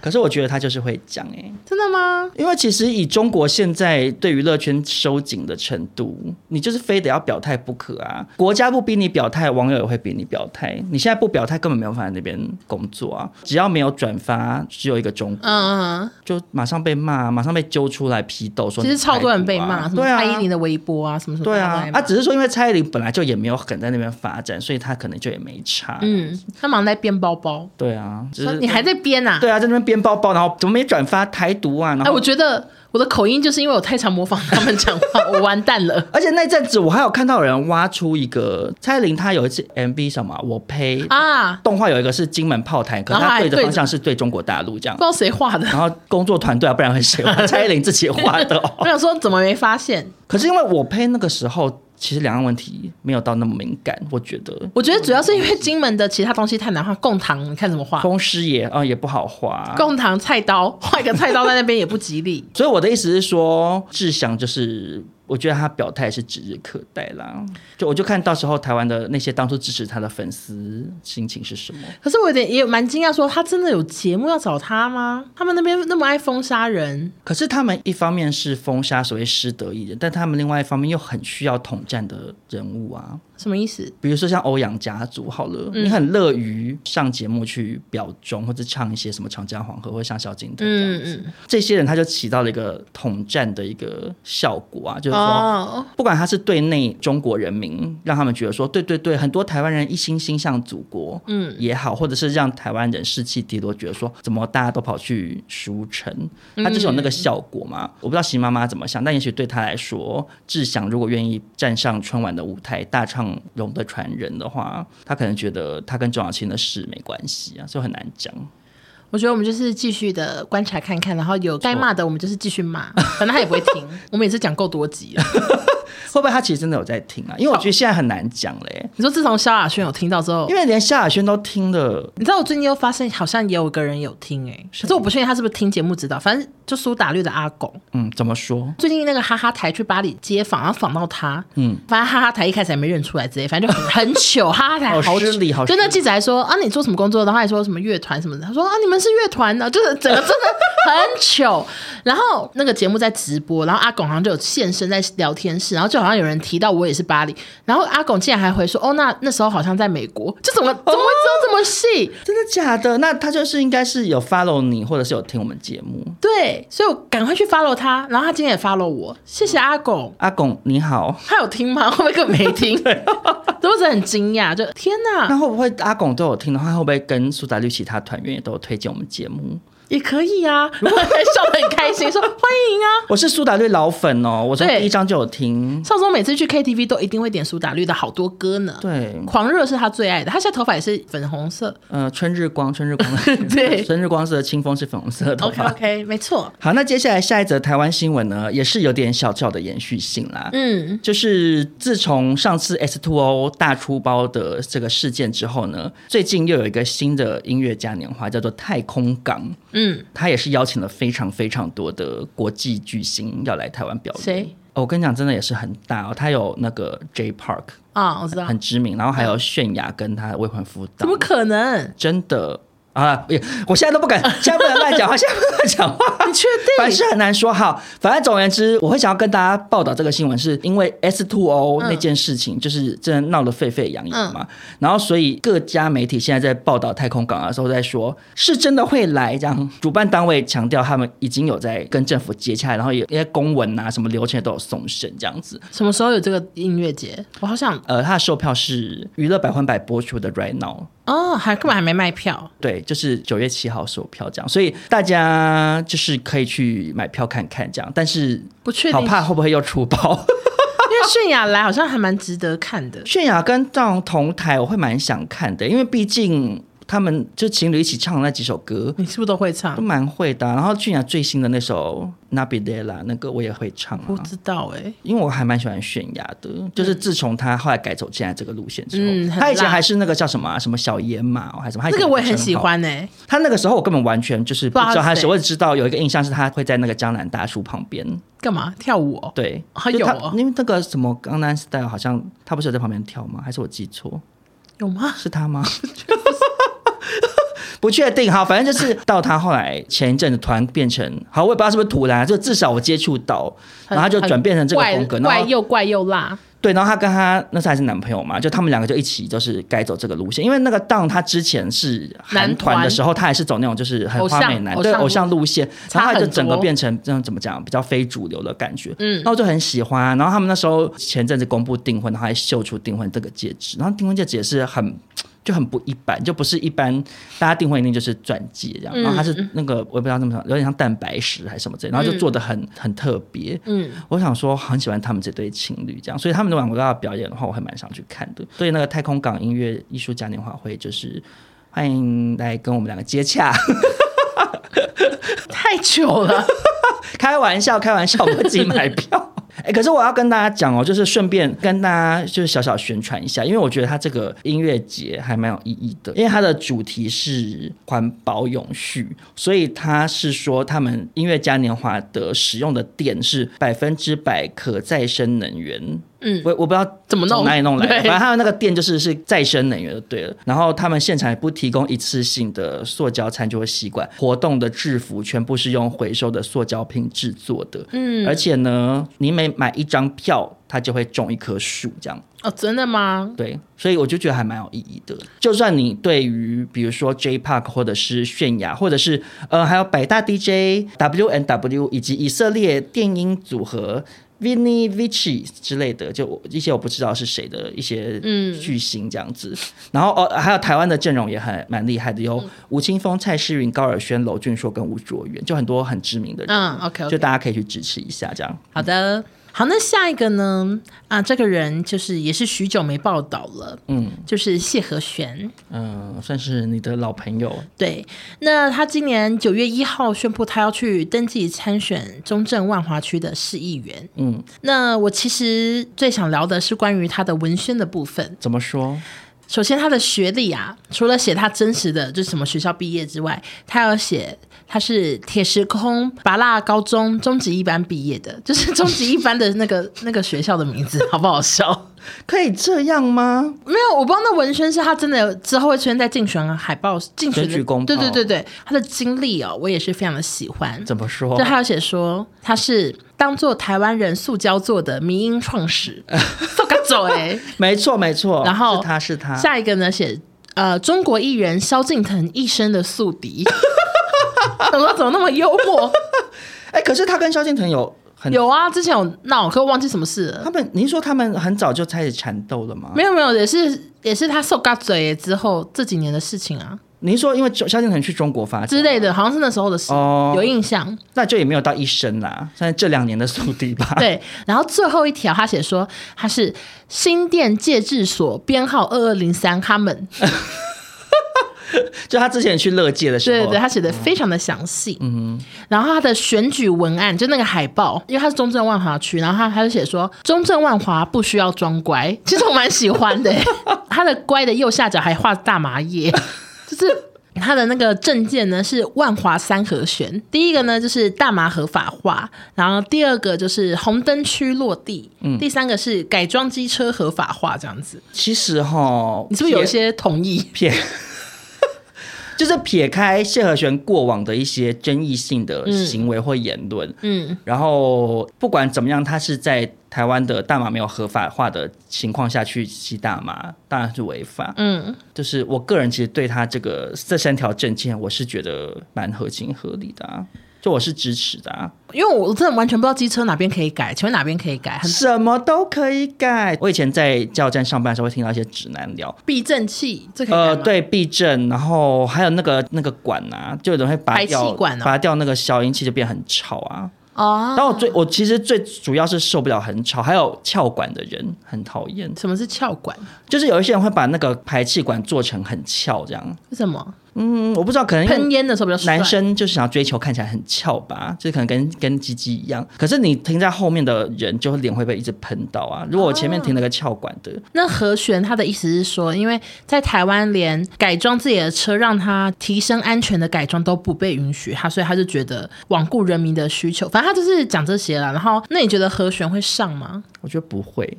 Speaker 2: 可是我觉得他就是会讲哎、
Speaker 1: 真的吗？
Speaker 2: 因为其实以中国现在对娱乐圈收紧的程度，你就是非得要表态不可啊！国家不逼你表态，网友也会逼你表态。你现在不表态，根本没有办法在那边工作啊！只要没有转发，只有一个中国，
Speaker 1: 嗯嗯，
Speaker 2: 就马上被骂，马上被揪出来批斗，说
Speaker 1: 其实
Speaker 2: 你
Speaker 1: 超多人被骂，
Speaker 2: 台
Speaker 1: 什
Speaker 2: 独
Speaker 1: 么
Speaker 2: 啊对
Speaker 1: 蔡依林
Speaker 2: 啊。
Speaker 1: 的微博啊，什么什么，
Speaker 2: 对
Speaker 1: 大家
Speaker 2: 啊
Speaker 1: 都在，骂
Speaker 2: 啊，只是说因为蔡依林本来就也没有很在那边发展，所以她可能就也没差。
Speaker 1: 嗯，他忙在编包包，
Speaker 2: 对啊，只是
Speaker 1: 你还在编啊？
Speaker 2: 对啊，在那边编包包，然后怎么没转发台独啊？然
Speaker 1: 哎，
Speaker 2: 后
Speaker 1: 我觉得我的口音就是因为我太常模仿他们讲话，我完蛋 了。
Speaker 2: 而且那阵子我还有看到有人挖出一个蔡依林，她有一次 MV 什么我呸，
Speaker 1: 啊，
Speaker 2: 动画有一个是金门炮台，可是
Speaker 1: 然后
Speaker 2: 她
Speaker 1: 还
Speaker 2: 对的
Speaker 1: 对
Speaker 2: 方向是对中国大陆这样
Speaker 1: 不知。道谁画的。
Speaker 2: 然后工作团队啊，不然会 谁画？蔡依林自己画的
Speaker 1: 我
Speaker 2: 哦。
Speaker 1: 想说，怎么没发现？
Speaker 2: 可是因为我呸那个时候，其实两岸问题没有到那么敏感，我觉得
Speaker 1: 我觉得主要是因为金门的其他东西太难画，贡糖你看怎么画？
Speaker 2: 风师爷啊、呃也不好画。。
Speaker 1: 贡糖菜刀， 画一个菜刀在那边也不吉利
Speaker 2: 所以我的意思是说，志祥就是。我觉得他表态是指日可待啦，就我就看到时候台湾的那些当初支持他的粉丝心情是什么。
Speaker 1: 可是我有点也蛮惊讶，说他真的有节目要找他吗？他们那边那么爱封杀人，
Speaker 2: 可是他们一方面是封杀所谓失德艺人，但他们另外一方面又很需要统战的人物啊，
Speaker 1: 什么意思？
Speaker 2: 比如说像欧阳家族好了，你很乐于上节目去表忠或者唱一些什么《长江黄河》或者像萧敬腾这样子，
Speaker 1: 嗯嗯，
Speaker 2: 这些人他就起到了一个统战的一个效果啊，就是说。
Speaker 1: 哦，
Speaker 2: 不管他是对内中国人民，让他们觉得说，对对对，很多台湾人一心心向祖国，嗯，也好，或者是让台湾人士气低落，觉得说怎么大家都跑去书城，他就是有那个效果嘛。我不知道席妈妈怎么想，但也许对他来说，志祥如果愿意站上春晚的舞台，大唱《龙的传人》的话，他可能觉得他跟钟晓芹的事没关系啊，所以很难讲。
Speaker 1: 我觉得我们就是继续的观察看看，然后有该骂的我们就是继续 骂，反正他也不会停。我们也是讲够多集了。
Speaker 2: 会不会他其实真的有在听啊？因为我觉得现在很难讲嘞，
Speaker 1: 你说自从萧亚轩有听到之后
Speaker 2: 因，为连萧亚轩都听了。
Speaker 1: 你知道我最近又发现，好像也有个人有听哎、可是我不确定他是不是听节目指导，反正就苏打绿的阿狗，
Speaker 2: 嗯，怎么说？
Speaker 1: 最近那个哈哈台去巴黎街访，然后访到他，
Speaker 2: 嗯
Speaker 1: 嗯，反正哈哈台一开始还没认出来之类，反正就很很糗，哈哈台
Speaker 2: 好
Speaker 1: 好
Speaker 2: 失礼好失
Speaker 1: 就
Speaker 2: 礼
Speaker 1: 那记者还说啊，你做什么工作？然后还说什么乐团什么的，他说啊，你们是乐团的，就是整个真的很糗。然后那个节目在直播，然后阿拱好像就有现身在聊天室，然后就好像有人提到我也是巴黎，然后阿拱竟然还回说哦，那那时候好像在美国，就怎么怎么会知道这么细？
Speaker 2: 真的假的？那他就是应该是有 follow 你，或者是有听我们节目。
Speaker 1: 对，所以我赶快去 follow 他，然后他今天也 follow 我，谢谢阿拱。
Speaker 2: 阿拱你好，
Speaker 1: 他有听吗？会 不会根本没听？都是很惊讶，就天哪
Speaker 2: 那，会不会阿拱都有听的话，会不会跟苏打绿其他团员也都有推荐我们节目？
Speaker 1: 也可以啊！ 然后还笑得很开心，说欢迎啊！
Speaker 2: 我是苏打绿老粉哦，我从
Speaker 1: 对
Speaker 2: 第一张就有听。
Speaker 1: 少宗每次去 KTV 都一定会点苏打绿的好多歌呢。
Speaker 2: 对，
Speaker 1: 狂热是他最爱的，他现在头发也是粉红色。
Speaker 2: 呃，春日光，春日 光，
Speaker 1: 对
Speaker 2: 春日光是清风是粉红色的头
Speaker 1: OK
Speaker 2: 发。
Speaker 1: OK，没错，
Speaker 2: 好，那接下来下一则台湾新闻呢，也是有点小小的延续性啦。
Speaker 1: 嗯，
Speaker 2: 就是自从上次 S Two O 大出包的这个事件之后呢，最近又有一个新的音乐嘉年华，叫做太空港。
Speaker 1: 嗯，
Speaker 2: 他也是邀请了非常非常多的国际巨星要来台湾表演。
Speaker 1: 谁
Speaker 2: 哦我跟你讲，真的也是很大哦。他有那个 J Park
Speaker 1: 啊，我知道，
Speaker 2: 很知名，然后还有泫雅跟他的未婚夫
Speaker 1: 怎
Speaker 2: 党
Speaker 1: 么，可能？
Speaker 2: 真的啊！哎我现在都不敢，现在不能乱讲话，现在不能乱讲话。
Speaker 1: 你确
Speaker 2: 凡
Speaker 1: 定？
Speaker 2: 事很难说好。反正总而言之，我会想要跟大家报道这个新闻，是因为 S Two O
Speaker 1: 嗯
Speaker 2: 那件事情，就是真的闹得沸沸扬扬嘛。然后，所以各家媒体现在在报道太空港的时候，在说是真的会来这样。主办单位强调他们已经有在跟政府接洽，然后也也公文啊什么流程也都有送审这样子。
Speaker 1: 什么时候有这个音乐节？我好想
Speaker 2: 呃，它的售票是娱乐百分百播出的 Right Now，
Speaker 1: 哦，还根本还没卖票。
Speaker 2: 对，就是九月七号售票这样，所以大家就是可以去买票看看这样。但是
Speaker 1: 不确定
Speaker 2: 好怕会不会又出包？
Speaker 1: 因为泫雅来好像还蛮值得看的，
Speaker 2: 泫雅跟藏同台，我会蛮想看的，因为毕竟他们就情侣一起唱的那几首歌
Speaker 1: 你是不是都会唱
Speaker 2: 都？蛮会的啊、然后泫雅最新的那首《Na b i d e l a 那个我也会唱
Speaker 1: 不
Speaker 2: 啊。
Speaker 1: 知道哎、
Speaker 2: 因为我还蛮喜欢泫雅的，就是自从她后来改走现在这个路线之后，
Speaker 1: 嗯很
Speaker 2: 她以前
Speaker 1: 辣
Speaker 2: 还是那个叫什么啊、什么小野马哦、还是什么，她以
Speaker 1: 这
Speaker 2: 前
Speaker 1: 个我也很
Speaker 2: 称号
Speaker 1: 喜。欢哎、
Speaker 2: 她那个时候我根本完全就是不
Speaker 1: 不知道
Speaker 2: 知道她
Speaker 1: 她是
Speaker 2: 是谁，
Speaker 1: 谁
Speaker 2: 我只知道有一个印象是她会在那个江南大叔旁边，
Speaker 1: 干嘛跳舞、哦？
Speaker 2: 对，
Speaker 1: 还
Speaker 2: 就
Speaker 1: 有
Speaker 2: 她
Speaker 1: 哦
Speaker 2: 因为那个什么江南 style 好像她不是有在旁边跳吗？还是我记错？
Speaker 1: 有吗？
Speaker 2: 是他吗？不确定。好，反正就是到他后来前一阵子突然变成，好，我也不知道是不是突然，啊就至少我接触到，然后他就转变成这个风格，
Speaker 1: 怪
Speaker 2: 然后
Speaker 1: 又怪又辣，
Speaker 2: 对，然后他跟他那时候还是男朋友嘛，就他们两个就一起就是该走这个路线，因为那个当他之前是韩
Speaker 1: 男团
Speaker 2: 团的时候，他也是走那种就是很
Speaker 1: 偶像
Speaker 2: 花美男
Speaker 1: 偶
Speaker 2: 对
Speaker 1: 像路
Speaker 2: 偶像路线，
Speaker 1: 差
Speaker 2: 然后他就
Speaker 1: 很
Speaker 2: 整个
Speaker 1: 多
Speaker 2: 变成这样怎么讲比较非主流的感觉，
Speaker 1: 嗯
Speaker 2: 那我就很喜欢啊。然后他们那时候前阵子公布订婚，然后还秀出订婚这个戒指，然后订婚戒指也是很。就很不一般，就不是一般大家订婚一定就是钻戒这样，然后它是那个我也不知道怎么讲，有点像蛋白石还是什么之类的，然后就做的很、很特别，
Speaker 1: 嗯，
Speaker 2: 我想说很喜欢他们这对情侣这样，所以他们的晚国大表演的话，我还蛮想去看的。所以那个太空港音乐艺术嘉年华会就是。欢迎来跟我们两个接洽，
Speaker 1: 太久了，
Speaker 2: 开玩笑，开玩笑，我自己买票。哎、可是我要跟大家讲哦，就是顺便跟大家就是小小宣传一下，因为我觉得它这个音乐节还蛮有意义的，因为它的主题是环保永续，所以它是说他们音乐嘉年华的使用的电是百分之百可再生能源，
Speaker 1: 嗯，
Speaker 2: 我我不知道
Speaker 1: 怎么弄
Speaker 2: 从哪里弄来的，
Speaker 1: 对
Speaker 2: 反正他们那个店就是是再生能源就对了。然后他们现场也不提供一次性的塑胶餐具或吸管，活动的制服全部是用回收的塑胶瓶制作的。
Speaker 1: 嗯
Speaker 2: 而且呢，你每买一张票，它就会种一棵树，这样
Speaker 1: 哦，真的吗？
Speaker 2: 对，所以我就觉得还蛮有意义的。就算你对于比如说 J Park 或者是泫雅，或者是呃还有百大 DJ W N W 以及以色列电音组合 Vinny Vici 之类的，就一些我不知道是谁的一些
Speaker 1: 嗯
Speaker 2: 巨星这样子。然后哦，还有台湾的阵容也很蛮厉害的，
Speaker 1: 嗯
Speaker 2: 有吴青峰、蔡诗芸、高尔宣、娄俊硕跟吴卓源，就很多很知名的人，
Speaker 1: 嗯，OK，
Speaker 2: 就大家可以去支持一下这样。
Speaker 1: 好的，好，那下一个呢？啊，这个人就是也是许久没报道了，
Speaker 2: 嗯
Speaker 1: 就是谢和弦。
Speaker 2: 嗯、算是你的老朋友。
Speaker 1: 对，那他今年九月一号宣布他要去登记参选中正万华区的市议员。
Speaker 2: 嗯，
Speaker 1: 那我其实最想聊的是关于他的文宣的部分。
Speaker 2: 怎么说？
Speaker 1: 首先，他的学历啊，除了写他真实的就是什么学校毕业之外，他要写他是铁石空拔蜡高中中级一班毕业的，就是中级一班的那个 那个学校的名字，好不好 笑？
Speaker 2: 可以这样吗？
Speaker 1: 没有，我不知道那文宣是他真的有之后会出现在竞选啊海报、竞选的
Speaker 2: 选举公报
Speaker 1: 对对对对，他的经历哦，我也是非常的喜欢。
Speaker 2: 怎么说
Speaker 1: 就？他有写说他是当做台湾人塑胶做的民音创 始，做个走哎。
Speaker 2: 没错，没错。
Speaker 1: 然后
Speaker 2: 是他是他，
Speaker 1: 下一个呢写呃中国艺人萧敬腾一生的宿敌，怎么怎么那么幽默？
Speaker 2: 哎、可是他跟萧敬腾有很
Speaker 1: 有啊，之前有闹，可我忘记什么事了
Speaker 2: 他。们，您说他们很早就开始缠斗了吗？
Speaker 1: 没有没有，也是也是他受嘎嘴之后这几年的事情啊
Speaker 2: 您说因为萧敬腾去中国发展
Speaker 1: 之类的，好像是那时候的事，
Speaker 2: 哦
Speaker 1: 有印象。
Speaker 2: 那就也没有到一生啦，算是这两年的速递吧。，
Speaker 1: 对，然后最后一条他写说他是新店戒治所编号二二零三，他们
Speaker 2: 就他之前去乐界的时候，
Speaker 1: 对对对，他写的非常的详细。嗯，然后他的选举文案就那个海报，因为他是中正万华区，然后他他就写说中正万华不需要装乖， 其实我蛮喜欢的 欸。他的乖的右下角还画大麻叶， 就是。他的那个证件呢是万华三合选，第一个呢就是大麻合法化，然后第二个就是红灯区落地，第三个是改装机车合法化，这样子。
Speaker 2: 其实哈，
Speaker 1: 你是不是有一些同 意？
Speaker 2: 撇？撇 就是撇开谢和弦过往的一些争议性的行为或言论，
Speaker 1: 嗯，
Speaker 2: 然后不管怎么样，他是在台湾的大麻没有合法化的情况下去吸大麻，当然是违法。
Speaker 1: 嗯，
Speaker 2: 就是我个人其实对他这个这三条证件，我是觉得蛮合情合理的啊。就我是支持的、啊，
Speaker 1: 因为我真的完全不知道机车哪边可以改，请问哪边可以改？很
Speaker 2: 什么都可以改。我以前在加油站上班的时候，会听到一些指南聊，
Speaker 1: 避震器，这可以
Speaker 2: 呃，
Speaker 1: 改吗，
Speaker 2: 对，避震，然后还有那个那个管啊，就有人会拔
Speaker 1: 排气
Speaker 2: 掉，
Speaker 1: 管哦
Speaker 2: 拔掉那个消音器，就变很吵啊。
Speaker 1: 哦，
Speaker 2: 但我最我其实最主要是受不了很吵，还有撬管的人很讨厌。
Speaker 1: 什么是撬管？
Speaker 2: 就是有一些人会把那个排气管做成很翘这样，
Speaker 1: 为什么
Speaker 2: 嗯，我不知道，可能因
Speaker 1: 喷
Speaker 2: 为
Speaker 1: 烟的时候比较帅
Speaker 2: 男？生就是想要追求看起来很翘吧，就是可能跟跟鸡鸡一样。可是你停在后面的人，就脸会被一直喷到啊。如果我前面停了个翘管的，
Speaker 1: 那和弦他的意思是说，因为在台湾连改装自己的车让它提升安全的改装都不被允许，他所以他 就觉得罔顾人民的需求，反正他就是讲这些了。然后，那你觉得和弦会上吗？
Speaker 2: 我觉得不会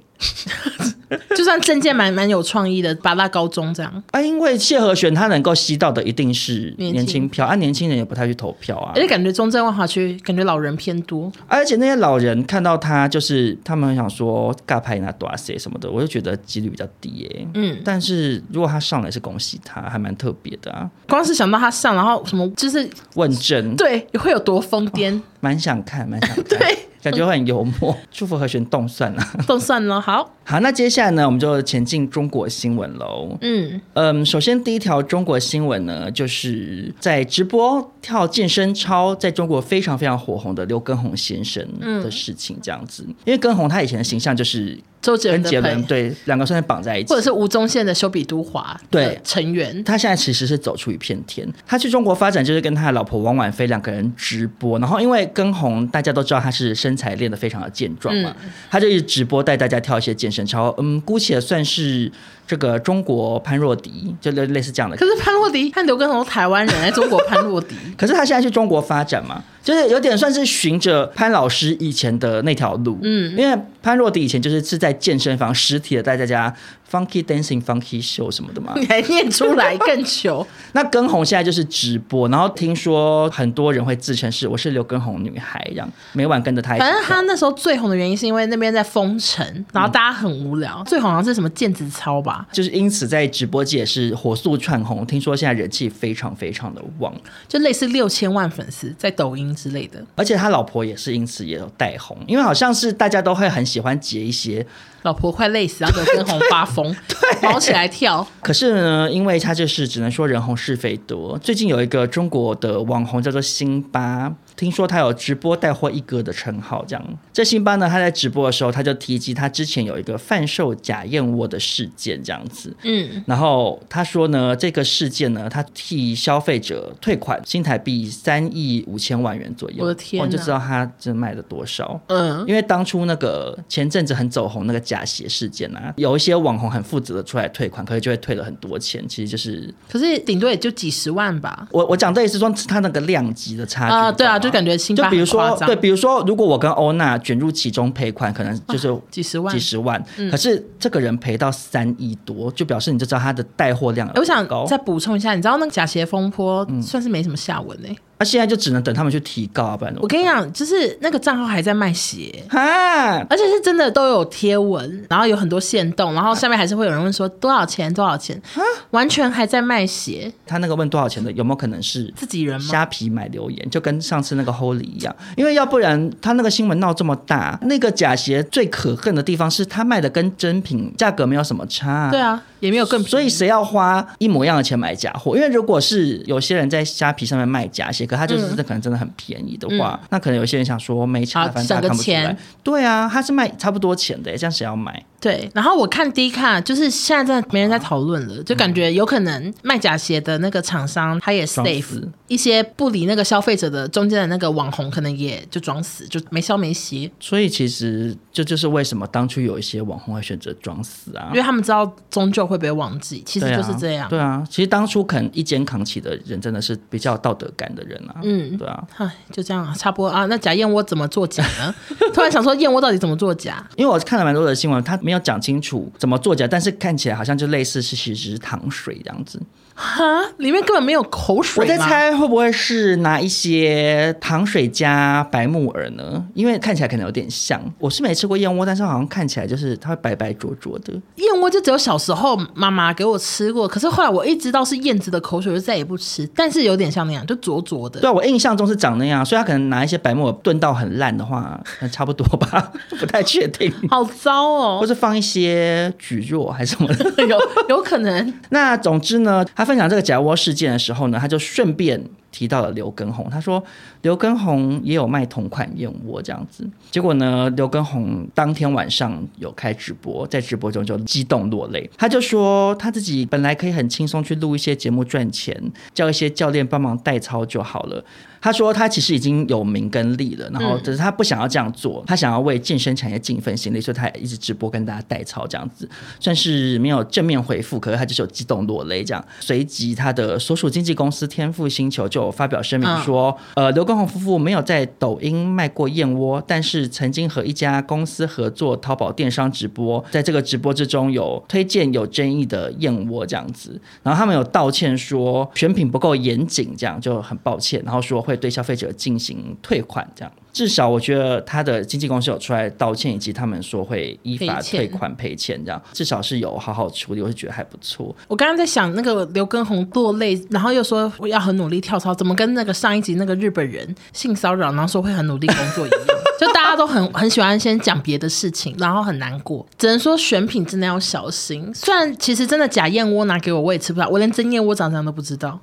Speaker 1: 就算证件蛮蛮有创意的，八大高中这样，
Speaker 2: 啊，因为谢和弦他能够吸到的一定是
Speaker 1: 年轻哎
Speaker 2: 年轻票，啊，年轻人也不太去投票啊
Speaker 1: 而。且感觉中正万华区感觉老人偏多，
Speaker 2: 而且那些老人看到他，就是他们很想说尬拍那多谁什么的，我就觉得几率比较低耶、
Speaker 1: 嗯，
Speaker 2: 但是如果他上来是恭喜他，还蛮特别的啊。
Speaker 1: 光是想到他上，然后什么就是
Speaker 2: 问政
Speaker 1: 对会有多疯 癫，
Speaker 2: 蛮想看，蛮想看，
Speaker 1: 对，
Speaker 2: 感觉会很幽默。祝福和弦动算了。
Speaker 1: 哎都算了，好，
Speaker 2: 好，那接下来呢，我们就前进中国新闻喽。
Speaker 1: 嗯，
Speaker 2: 嗯，首先第一条中国新闻呢，就是在直播跳健身操在中国非常非常火红的刘畊宏先生的事情，这样子。因为畊宏他以前的形象就是
Speaker 1: 周杰
Speaker 2: 跟
Speaker 1: 伦的
Speaker 2: 杰
Speaker 1: 朋
Speaker 2: 伦
Speaker 1: 友，
Speaker 2: 对两个算是绑在一起
Speaker 1: 或者。是吴宗宪的修比都华
Speaker 2: 对
Speaker 1: 的成员，
Speaker 2: 他现在其实是走出一片天。他去中国发展，就是跟他的老婆王婉菲两个人直播。然后因为跟红，大家都知道他是身材练得非常的健壮嘛，
Speaker 1: 嗯
Speaker 2: 他就一直直播带大家跳一些健身操。嗯，姑且算是这个中国潘若迪，就类类似这样的
Speaker 1: 可是潘若迪和刘畊宏都台湾人，在中国潘若 迪，
Speaker 2: 可是他现在去中国发展嘛，就是有点算是循着潘老师以前的那条路，嗯，因为潘若迪以前就是是在健身房实体的带大家 funky dancing、funky show 什么的嘛。
Speaker 1: 你还念出来更 糗，
Speaker 2: 那跟红现在就是直播，然后听说很多人会自称是我是刘畊宏女孩这样，每晚跟着他一起跳。
Speaker 1: 反正他那时候最红的原因是因为那边在封
Speaker 2: 嗯
Speaker 1: 城，然后大家很无聊，最红好像是什么毽子操吧，
Speaker 2: 就是因此在直播界也是火速窜红，听说现在人气非常非常的旺，
Speaker 1: 就类似六千万粉丝在抖音之类的。
Speaker 2: 而且他老婆也是因此也有带红，因为好像是大家都会很喜欢截一些
Speaker 1: 老婆快累死，然后刘畊宏发 疯，毛起来跳，
Speaker 2: 可是呢，因为他就是只能说人红是非多。最近有一个中国的网红叫做辛巴，听说他有直播带货一哥的称号。这样，这辛巴呢，他在直播的时候，他就提及他之前有一个贩售假燕窝的事件，这样子。
Speaker 1: 嗯，
Speaker 2: 然后他说呢，这个事件呢，他替消费者退款新台币三亿五千万元左右。
Speaker 1: 我的天
Speaker 2: 哇
Speaker 1: 哪
Speaker 2: 你就知道他这卖了多少。
Speaker 1: 嗯，
Speaker 2: 因为当初那个前阵子很走红那个假鞋事件啊，有一些网红很负责的出来退款，可是就会退了很多钱。其实就是
Speaker 1: 可是顶多也就几十万吧。
Speaker 2: 我我讲这也是说他那个量级的差距
Speaker 1: 啊、对啊，
Speaker 2: 你
Speaker 1: 就
Speaker 2: 知道吗
Speaker 1: 感觉辛
Speaker 2: 就
Speaker 1: 巴
Speaker 2: 比如
Speaker 1: 很夸
Speaker 2: 说
Speaker 1: 张
Speaker 2: 对，，比如说如果我跟欧娜卷入其中赔款，可能就是。
Speaker 1: 几十万
Speaker 2: 几。十万，
Speaker 1: 嗯
Speaker 2: 可是这个人赔到三亿多，就表示你就知道他的带货量有
Speaker 1: 哎我想
Speaker 2: 多高。嗯
Speaker 1: 再补充一下，你知道那个假鞋风波算是没什么下文哎、
Speaker 2: 那现在就只能等他们去提告啊，不然怎么
Speaker 1: 我跟你讲，就是那个账号还在卖鞋，
Speaker 2: 哈，
Speaker 1: 而且是真的都有贴文，然后有很多限动，然后下面还是会有人问说多少钱多少钱，完全还在卖鞋，
Speaker 2: 他那个问多少钱的，有没有可能是
Speaker 1: 自己人吗？
Speaker 2: 虾皮买留言，就跟上次那个 Holy 一样，因为要不然他那个新闻闹这么大，那个假鞋最可恨的地方是他卖的跟真品价格没有什么差、
Speaker 1: 对。啊，也没有更
Speaker 2: 所
Speaker 1: 便宜，
Speaker 2: 以谁要花一模一样的钱买假货？因为如果是有些人在虾皮上面卖假鞋，可他就是可能真的很便宜的话，
Speaker 1: 嗯
Speaker 2: 那可能有些人想说没差，
Speaker 1: 好
Speaker 2: 反正
Speaker 1: 省
Speaker 2: 他
Speaker 1: 个
Speaker 2: 看不出来
Speaker 1: 钱。
Speaker 2: 对啊，他是卖差不多钱的，这样谁要买？
Speaker 1: 对。然后我看 D 卡，就是现在真的没人在讨论
Speaker 2: 嗯
Speaker 1: 了，就感觉有可能卖假鞋的那个厂商他也
Speaker 2: 装
Speaker 1: safe，
Speaker 2: 死
Speaker 1: 一些不理那个消费者的中间的那个网红可能也就装死，就没消没息，
Speaker 2: 所以其实这就是为什么当初有一些网红会选择装死啊
Speaker 1: 因，为他们知道终究会被忘记，其实
Speaker 2: 对
Speaker 1: 就是这样
Speaker 2: 啊。。对啊，其实当初肯一肩扛起的人，真的是比较有道德感的人啊。
Speaker 1: 嗯
Speaker 2: 对啊，
Speaker 1: 唉，就这样啊，差不多啊。那假燕窝怎么做假 呢？突然想说，燕窝到底怎么做假？
Speaker 2: 因为我看了蛮多的新闻，他没有讲清楚怎么作假，但是看起来好像就类似是其实是糖水这样子。
Speaker 1: 哈，里面根本没有口水
Speaker 2: 我在
Speaker 1: 吗，
Speaker 2: 猜会不会是拿一些糖水加白木耳呢？因为看起来可能有点像。我是没吃过燕窝，但是好像看起来就是它会白白浊浊的。
Speaker 1: 燕窝就只有小时候妈妈给我吃过，可是后来我一直到是燕子的口水，我就再也不吃。但是有点像那样，就浊浊的。
Speaker 2: 对啊，我印象中是长那样，啊所以他可能拿一些白木耳炖到很烂的话，那差不多吧， 不太确定。
Speaker 1: 好糟
Speaker 2: 或
Speaker 1: 哦，
Speaker 2: 是放一些蒟蒻还是什么的。
Speaker 1: 有有可能
Speaker 2: 那总之呢，他分享这个假窝事件的时候呢，他就顺便提到了刘畊宏，他说刘畊宏也有卖同款燕窝这样子。结果呢，刘畊宏当天晚上有开直播，在直播中就激动落泪，他就说他自己本来可以很轻松去录一些节目赚钱，叫一些教练帮忙代操就好了。他说他其实已经有名跟利了，然后只是他不想要这样做，他想要为健身产业尽一份心力，所以他一直直播跟大家代操这样子，算是没有正面回复，可是他就是有激动落泪这样。随即他的所属经纪公司天赋星球就有发表声明说，呃，刘畊宏夫妇没有在抖音卖过燕窝，但是曾经和一家公司合作淘宝电商直播，在这个直播之中有推荐有争议的燕窝这样子，然后他们有道歉说选品不够严谨，这样就很抱歉，然后说会对消费者进行退款这样。至少我觉得他的经纪公司有出来道歉，以及他们说会依法
Speaker 1: 赔钱
Speaker 2: 退款赔钱这样，至少是有好好处理，我是觉得还不错。
Speaker 1: 我刚刚在想，那个刘畊宏落泪，然后又说我要很努力跳槽，怎么跟那个上一集那个日本人性骚扰，然后说会很努力工作一样？就大家都很很喜欢先讲别的事情，然后很难过。只能说选品真的要小心。虽然其实真的假燕窝拿给我，我也吃不到，我连真燕窝长怎样都不知道。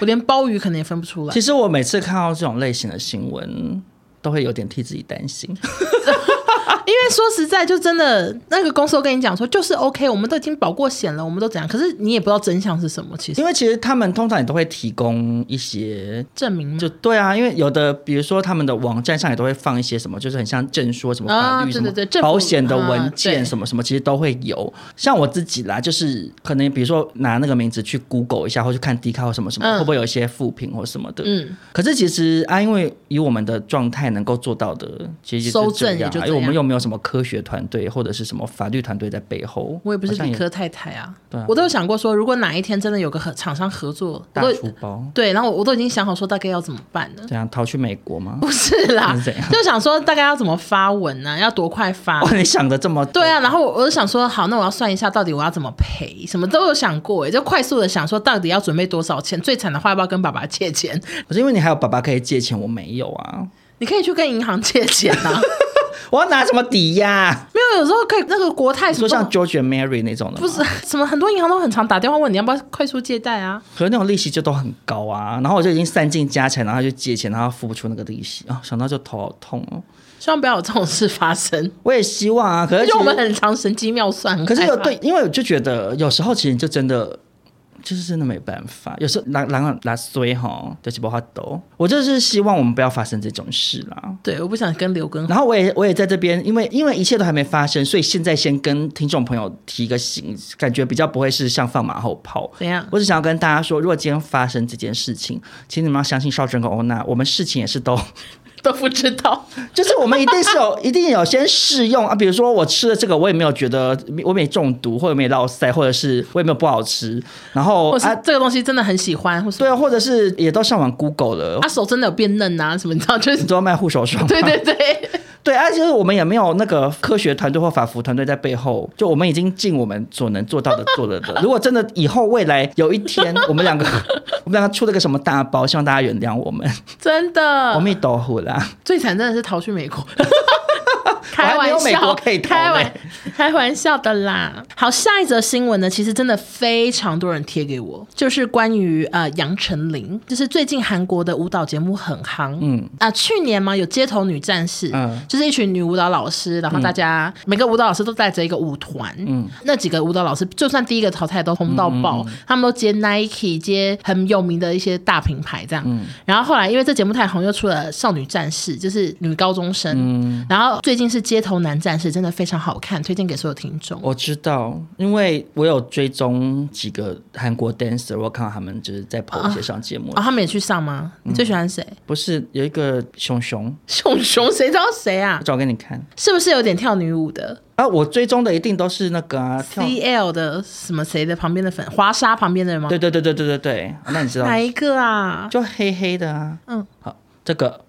Speaker 1: 我连鲍鱼可能也分不出来
Speaker 2: 其。实我每次看到这种类型的新闻，都会有点替自己担心。
Speaker 1: 啊因为说实在，就真的那个公司都跟你讲说，就是 OK，我们都已经保过险了，我们都怎样，可是你也不知道真相是什么。其实
Speaker 2: 因为其实他们通常也都会提供一些，
Speaker 1: 证明吗
Speaker 2: 就对啊，因为有的比如说他们的网站上也都会放一些什么，就是很像证说什么
Speaker 1: 啊
Speaker 2: 法律
Speaker 1: 对
Speaker 2: 什么
Speaker 1: 对对政府
Speaker 2: 保险的文
Speaker 1: 啊对
Speaker 2: 件什么什么，其实都会有。像我自己啦，就是可能比如说拿那个名字去 Google 一下，或去看 D 卡或什么什么，
Speaker 1: 嗯
Speaker 2: 会不会有一些负评或什么的？
Speaker 1: 嗯，
Speaker 2: 可是其实啊，因为以我们的状态能够做到的，其实
Speaker 1: 搜
Speaker 2: 就
Speaker 1: 证也
Speaker 2: 是这样
Speaker 1: 就
Speaker 2: 啊，
Speaker 1: 这
Speaker 2: 因为
Speaker 1: 样
Speaker 2: 我们又没有什么科学团队或者是什么法律团队在背后。
Speaker 1: 我也不是
Speaker 2: 好像
Speaker 1: 理科太太啊，
Speaker 2: 对啊
Speaker 1: 我都有想过说，如果哪一天真的有个合厂商合作，我
Speaker 2: 大
Speaker 1: 都
Speaker 2: 出包，
Speaker 1: 对，然后我我都已经想好说大概要怎么办了。
Speaker 2: 这样逃去美国吗？
Speaker 1: 不是啦
Speaker 2: 那是怎，样哦
Speaker 1: 就想说大概要怎么发文呢、啊要多快发？
Speaker 2: 哇，你想的这 么
Speaker 1: 对啊，然后我我就想说，好，那我要算一下到底我要怎么赔，什么都有想过，欸就快速的想说到底要准备多少钱，最惨的话要不要跟爸爸借钱？
Speaker 2: 可是因为你还有爸爸可以借钱，我没有啊，
Speaker 1: 你可以去跟银行借钱 啊，
Speaker 2: 我要拿什么抵押、
Speaker 1: 没有，有时候可以那个国泰
Speaker 2: 你
Speaker 1: 什么
Speaker 2: 说像
Speaker 1: 都
Speaker 2: George and Mary 那种的，
Speaker 1: 不是？什么很多银行都很常打电话问你要不要快速借贷啊，
Speaker 2: 可是那种利息就都很高啊。然后我就已经散尽家财，然后就借钱，然后付不出那个利息啊、想到就头好痛哦。
Speaker 1: 希望不要有这种事发生。
Speaker 2: 我也希望啊，可是
Speaker 1: 而且
Speaker 2: 其实
Speaker 1: 我们很常神机妙算，很
Speaker 2: 可是
Speaker 1: 害
Speaker 2: 有
Speaker 1: 怕
Speaker 2: 对，，因为我就觉得有时候其实你就真的。就是真的没办法，有时候拉拉拉衰哈，就是不法抖。我就是希望我们不要发生这种事啦。
Speaker 1: 对，我不想跟刘根。
Speaker 2: 然后我也我也在这边，因为因为一切都还没发生，所以现在先跟听众朋友提个醒，感觉比较不会是像放马后炮。
Speaker 1: 怎样？
Speaker 2: 我只想要跟大家说，如果今天发生这件事情，请你们要相信少珍跟欧娜，我们事情也是都，
Speaker 1: 都不知道，
Speaker 2: 就是我们一定是有 一定有先试用啊，比如说我吃了这个，我也没有觉得我没中毒，或者没落腮，或者是我也没有不好吃，然后
Speaker 1: 或是
Speaker 2: 啊
Speaker 1: 这个东西真的很喜欢，或是
Speaker 2: 对啊，或者是也都上网 Google 了
Speaker 1: 他，手真的有变嫩啊什么，你知道就是
Speaker 2: 你。都要卖护手霜吗，
Speaker 1: 对对对，
Speaker 2: 对，而、啊、且、就是我们也没有那个科学团队或法服团队在背后，就我们已经尽我们所能做到的做了的。如 果真的以后未来有一天，我们两个 我们两个出了个什么大包，希望大家原谅我们，
Speaker 1: 真
Speaker 2: 我
Speaker 1: 的，
Speaker 2: 们都虎啦。
Speaker 1: 最惨真的是逃去美国，开
Speaker 2: 我还没
Speaker 1: 玩
Speaker 2: 有美
Speaker 1: 笑
Speaker 2: 国，可以逃
Speaker 1: 开玩
Speaker 2: 嘞
Speaker 1: 开玩笑的啦。好，下一则新闻呢，其实真的非常多人贴给我，就是关于呃杨丞琳，就是最近韩国的舞蹈节目很夯，嗯啊、去年嘛有街头女战士，
Speaker 2: 嗯
Speaker 1: 就是一群女舞蹈老师，然后大家、每个舞蹈老师都带着一个舞团，嗯，那几个舞蹈老师就算第一个淘汰都红到爆，他们都接 Nike 接很有名的一些大品牌这样，然后后来因为这节目太红，又出了少女战士，就是女高中生，然后最近是街头男战士，真的非常好看，推荐给所有听众。
Speaker 2: 我知道，因为我有追踪几个韩国 dancer，我有看到他们就是在跑一些上节目，
Speaker 1: 哦，他们也去上吗？你最喜欢谁？
Speaker 2: 不是有一个熊熊，
Speaker 1: 熊熊，谁知道谁啊
Speaker 2: 我？找给你看
Speaker 1: 是不是有点跳女舞的
Speaker 2: 啊。我追踪的一定都是那个啊，跳，
Speaker 1: ？CL 的什么谁的旁边的粉，华沙旁边的人吗？
Speaker 2: 对对对对对对对，那你知道
Speaker 1: 哪一个啊？
Speaker 2: 就黑黑的啊，
Speaker 1: 嗯，
Speaker 2: 好，这个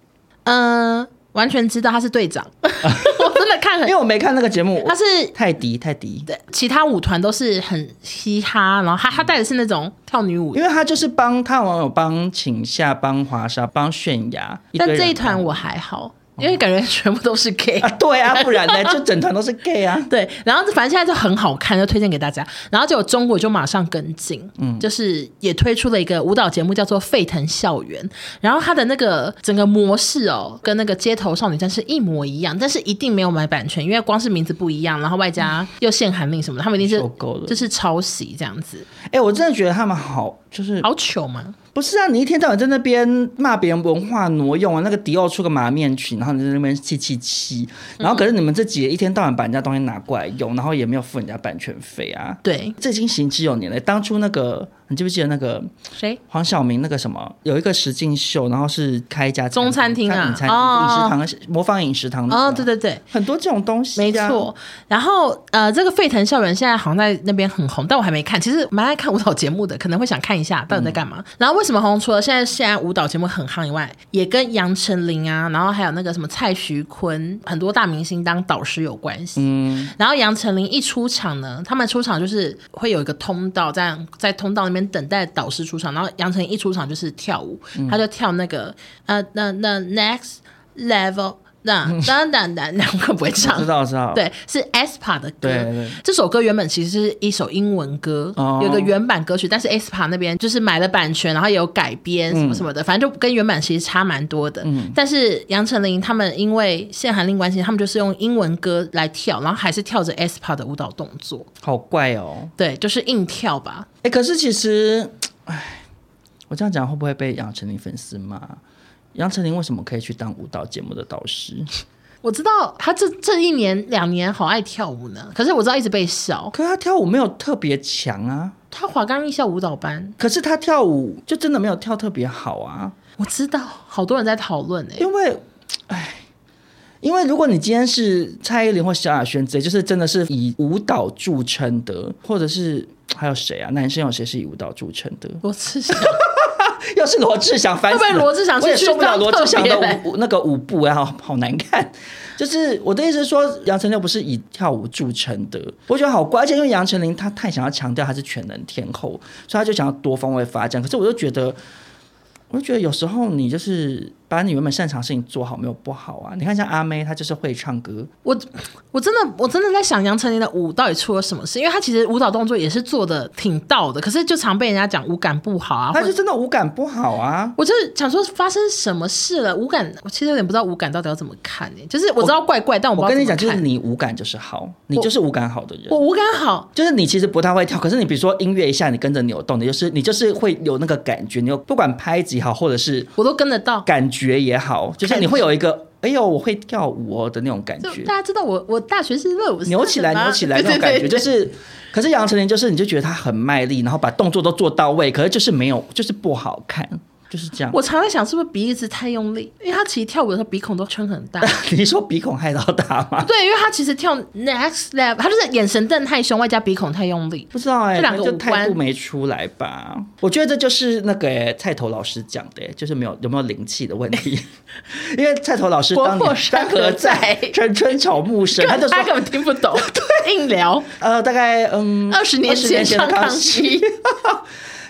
Speaker 1: 嗯、完全知道他是队 长，我真的看
Speaker 2: 因
Speaker 1: 很
Speaker 2: 为，我没看那个节目，
Speaker 1: 他是。
Speaker 2: 泰迪泰迪，
Speaker 1: 对其他舞团都是很嘻哈，然后他他带的是那种跳女舞的
Speaker 2: 因为他就是帮他网友帮请夏、帮华沙、帮泫雅，
Speaker 1: 但
Speaker 2: 堆人哦
Speaker 1: 这一团我还好，因为感觉全部都是 gay
Speaker 2: 啊，。对啊，不然呢，就整团都是 gay 啊。
Speaker 1: 对，然后反正现在就很好看，就推荐给大家。然后结果中国就马上跟进，嗯，就是也推出了一个舞蹈节目，叫做《沸腾校园》。然后它的那个整个模式哦，跟那个《街头少女战士》一模一样，但是一定没有买版权，因为光是名字不一样，然后外加又限韩令什么的，他们一定是
Speaker 2: 嗯受够了
Speaker 1: 就是抄袭这样子，
Speaker 2: 哎、我真的觉得他们好，就是
Speaker 1: 好糗嘛！
Speaker 2: 不是啊，你一天到晚在那边骂别人文化挪用啊，那个迪奥出个马面裙，然后你在那边气气气，然
Speaker 1: 嗯
Speaker 2: 后可是你们自己也一天到晚把人家东西拿过来用，然后也没有付人家版权费啊，
Speaker 1: 对，
Speaker 2: 这已经行之有年了。当初那个你记不记得那个
Speaker 1: 谁？
Speaker 2: 黄晓明那个什么，有一个实境秀，然后是开一家
Speaker 1: 中餐厅啊
Speaker 2: 饮餐
Speaker 1: 哦
Speaker 2: 饮食堂模仿饮食堂的，
Speaker 1: 哦，对，对对，
Speaker 2: 很多这种东西、啊
Speaker 1: 没，错。然后呃，这个沸腾校园现在好像在那边很红，但我还没看。其实蛮爱看舞蹈节目的，可能会想看一下到底在干
Speaker 2: 嗯
Speaker 1: 嘛。然后为什么红？除了现在现在舞蹈节目很夯以外，也跟杨丞琳啊，然后还有那个什么蔡徐坤，很多大明星当导师有关系。
Speaker 2: 嗯，
Speaker 1: 然后杨丞琳一出场呢，他们出场就是会有一个通道，在在通道那边等待导师出场。然后杨丞琳一出场就是跳舞，
Speaker 2: 嗯
Speaker 1: 他就跳那个呃那那 next level。那当当当， 那我不会唱
Speaker 2: 嗯知，道知道，
Speaker 1: 对，是 aespa 的歌。
Speaker 2: 对对
Speaker 1: 这首歌原本其实是一首英文歌，
Speaker 2: 哦
Speaker 1: 有个原版歌曲，但是 aespa 那边就是买了版权，然后也有改编
Speaker 2: 嗯
Speaker 1: 什么什么的，反正就跟原版其实差蛮多的。但是杨丞琳他们因为限韩令关系，他们就是用英文歌来跳，然后还是跳着 aespa 的舞蹈动作，
Speaker 2: 好怪哦。
Speaker 1: 对，就是硬跳吧。
Speaker 2: 哎、可是其实，哎，我这样讲会不会被杨丞琳粉丝骂？杨丞琳为什么可以去当舞蹈节目的导师？
Speaker 1: 我知道他这这一年两年好爱跳舞呢，可是我知道一直被笑。
Speaker 2: 可是她跳舞没有特别强啊，
Speaker 1: 他华冈艺校舞蹈班，
Speaker 2: 可是她跳舞就真的没有跳特别好啊，
Speaker 1: 我知道好多人在讨论欸诶、
Speaker 2: 因为，哎。因为如果你今天是蔡依林或萧亚轩之类，就是真的是以舞蹈著称的，或者是还有谁啊？男生有谁是以舞蹈著称的？
Speaker 1: 罗志祥。
Speaker 2: 要是罗志祥，烦死
Speaker 1: 会不会罗志祥
Speaker 2: 我也
Speaker 1: 是去
Speaker 2: 受不了
Speaker 1: 当
Speaker 2: 罗
Speaker 1: 特
Speaker 2: 志祥
Speaker 1: 别
Speaker 2: 的
Speaker 1: 来
Speaker 2: 舞舞那个舞步啊，好好难看。就是我的意思是说，杨丞琳不是以跳舞著称的，我觉得好怪。而且因为杨丞琳她太想要强调她是全能天后，所以她就想要多方位发展。可是我就觉得，我就觉得有时候你就是把你原本擅长的事情做好，没有不好啊。你看像阿妹，她就是会唱歌，
Speaker 1: 我我真的我真的在想杨丞琳的舞到底出了什么事，因为她其实舞蹈动作也是做的挺到的，可是就常被人家讲舞感不好啊。
Speaker 2: 她
Speaker 1: 或
Speaker 2: 就
Speaker 1: 者
Speaker 2: 真的舞感不好啊。
Speaker 1: 我就是想说发生什么事了，舞感我其实有点不知道舞感到底要怎么看呢、就是我知道怪怪，但我不
Speaker 2: 我
Speaker 1: 知道
Speaker 2: 跟你讲，
Speaker 1: 怎么
Speaker 2: 就是
Speaker 1: 看
Speaker 2: 你舞感就是好，你就是舞感好的人。
Speaker 1: 我舞感好，
Speaker 2: 就是你其实不太会跳，可是你比如说音乐一下，你跟着扭动，你就是你就是会有那个感觉，你有不管拍子也好，或者是
Speaker 1: 我都跟得到。
Speaker 2: 感觉也好，就是你会有一个哎呦我会跳舞哦的那种感
Speaker 1: 就
Speaker 2: 觉
Speaker 1: 大，家知道我我大学是热舞社
Speaker 2: 扭起来
Speaker 1: 的嘛
Speaker 2: 扭起来那种感觉，就。是。可是杨丞琳就是你就觉得她很卖力，然后把动作都做到位，可是就是没有，就是不好看，就是这样。
Speaker 1: 我常在想是不是鼻子太用力，因为她其实跳舞的时候鼻孔都撑很大。
Speaker 2: 你说鼻孔害到她吗？
Speaker 1: 对，因为她其实跳 next level，她就是眼神瞪太凶，外加鼻孔太用力。
Speaker 2: 不知道哎、
Speaker 1: 这两个
Speaker 2: 可能
Speaker 1: 无
Speaker 2: 就态度
Speaker 1: 关
Speaker 2: 没出来吧。我觉得这就是那个、欸、菜头老师讲的、欸，就是没有有没有灵气的问题。 因为菜头老师
Speaker 1: 国
Speaker 2: 当
Speaker 1: 破
Speaker 2: 年
Speaker 1: 山
Speaker 2: 山
Speaker 1: 河
Speaker 2: 河
Speaker 1: 在
Speaker 2: 在，春春草木深，他就
Speaker 1: 他根
Speaker 2: 说
Speaker 1: 本听不 懂，硬聊。
Speaker 2: 呃，大概嗯，
Speaker 1: 二十年
Speaker 2: 20
Speaker 1: 前上
Speaker 2: 的
Speaker 1: 康
Speaker 2: 康熙，
Speaker 1: 熙，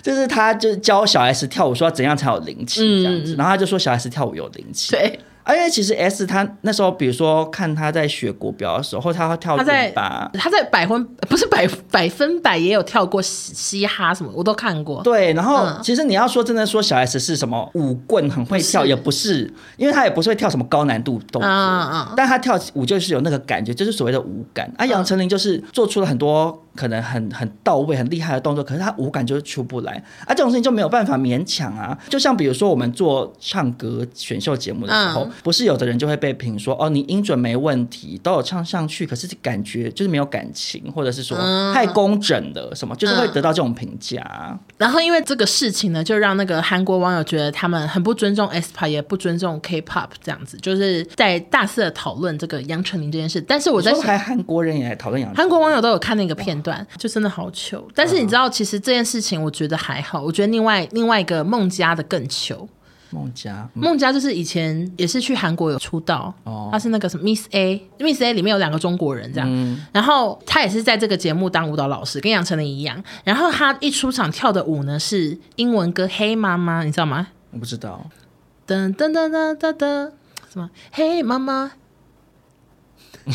Speaker 2: 就是他就是教小 S 跳舞，说怎样才有灵气这样子，然后他就说小 S 跳舞有灵气。
Speaker 1: 嗯对，
Speaker 2: 而且其实 S 他那时候，比如说看他在学国标的时候，或他跳
Speaker 1: 他在
Speaker 2: 伦巴，
Speaker 1: 他在百分不是百百分百也有跳过嘻嘻哈什么，我都看过。
Speaker 2: 对，然后
Speaker 1: 嗯
Speaker 2: 其实你要说真的说小 S 是什么舞棍很会跳，
Speaker 1: 不是
Speaker 2: 也不是，因为她也不是会跳什么高难度动作，
Speaker 1: 嗯嗯嗯
Speaker 2: 但她跳舞就是有那个感觉，就是所谓的舞感。啊，杨丞琳就是做出了很多可能很很到位、很厉害的动作，可是她舞感就是出不来，啊，这种事情就没有办法勉强啊。就像比如说我们做唱歌选秀节目的时候，
Speaker 1: 嗯
Speaker 2: 不是有的人就会被评说哦，你音准没问题，都有唱上去，可是感觉就是没有感情，或者是说
Speaker 1: 嗯
Speaker 2: 太工整了什么，就是会
Speaker 1: 嗯
Speaker 2: 得到这种评价啊、
Speaker 1: 然后因为这个事情呢，就让那个韩国网友觉得他们很不尊重 s p a 也不尊重 K-pop 这样子，就是在大肆的讨论这个杨丞琳这件事。但是我在
Speaker 2: 说
Speaker 1: 想。
Speaker 2: 还韩国人也来讨论养殖
Speaker 1: 韩国网友都有看那个片段，就真的好糗。但是你
Speaker 2: 嗯
Speaker 1: 知道，其实这件事情我觉得还好，我觉得另外另外一个孟佳的更糗。
Speaker 2: 孟佳，嗯
Speaker 1: 孟佳就是以前也是去韩国有出道，
Speaker 2: 哦
Speaker 1: 她是那个什么 Miss A，Miss A 里面有两个中国人这样，
Speaker 2: 嗯
Speaker 1: 然后她也是在这个节目当舞蹈老师，跟杨丞琳一样。然后她一出场跳的舞呢是英文歌《黑妈妈》，你知道吗？
Speaker 2: 我不知道，
Speaker 1: 噔噔噔噔噔噔，什么？嘿，妈 妈。噔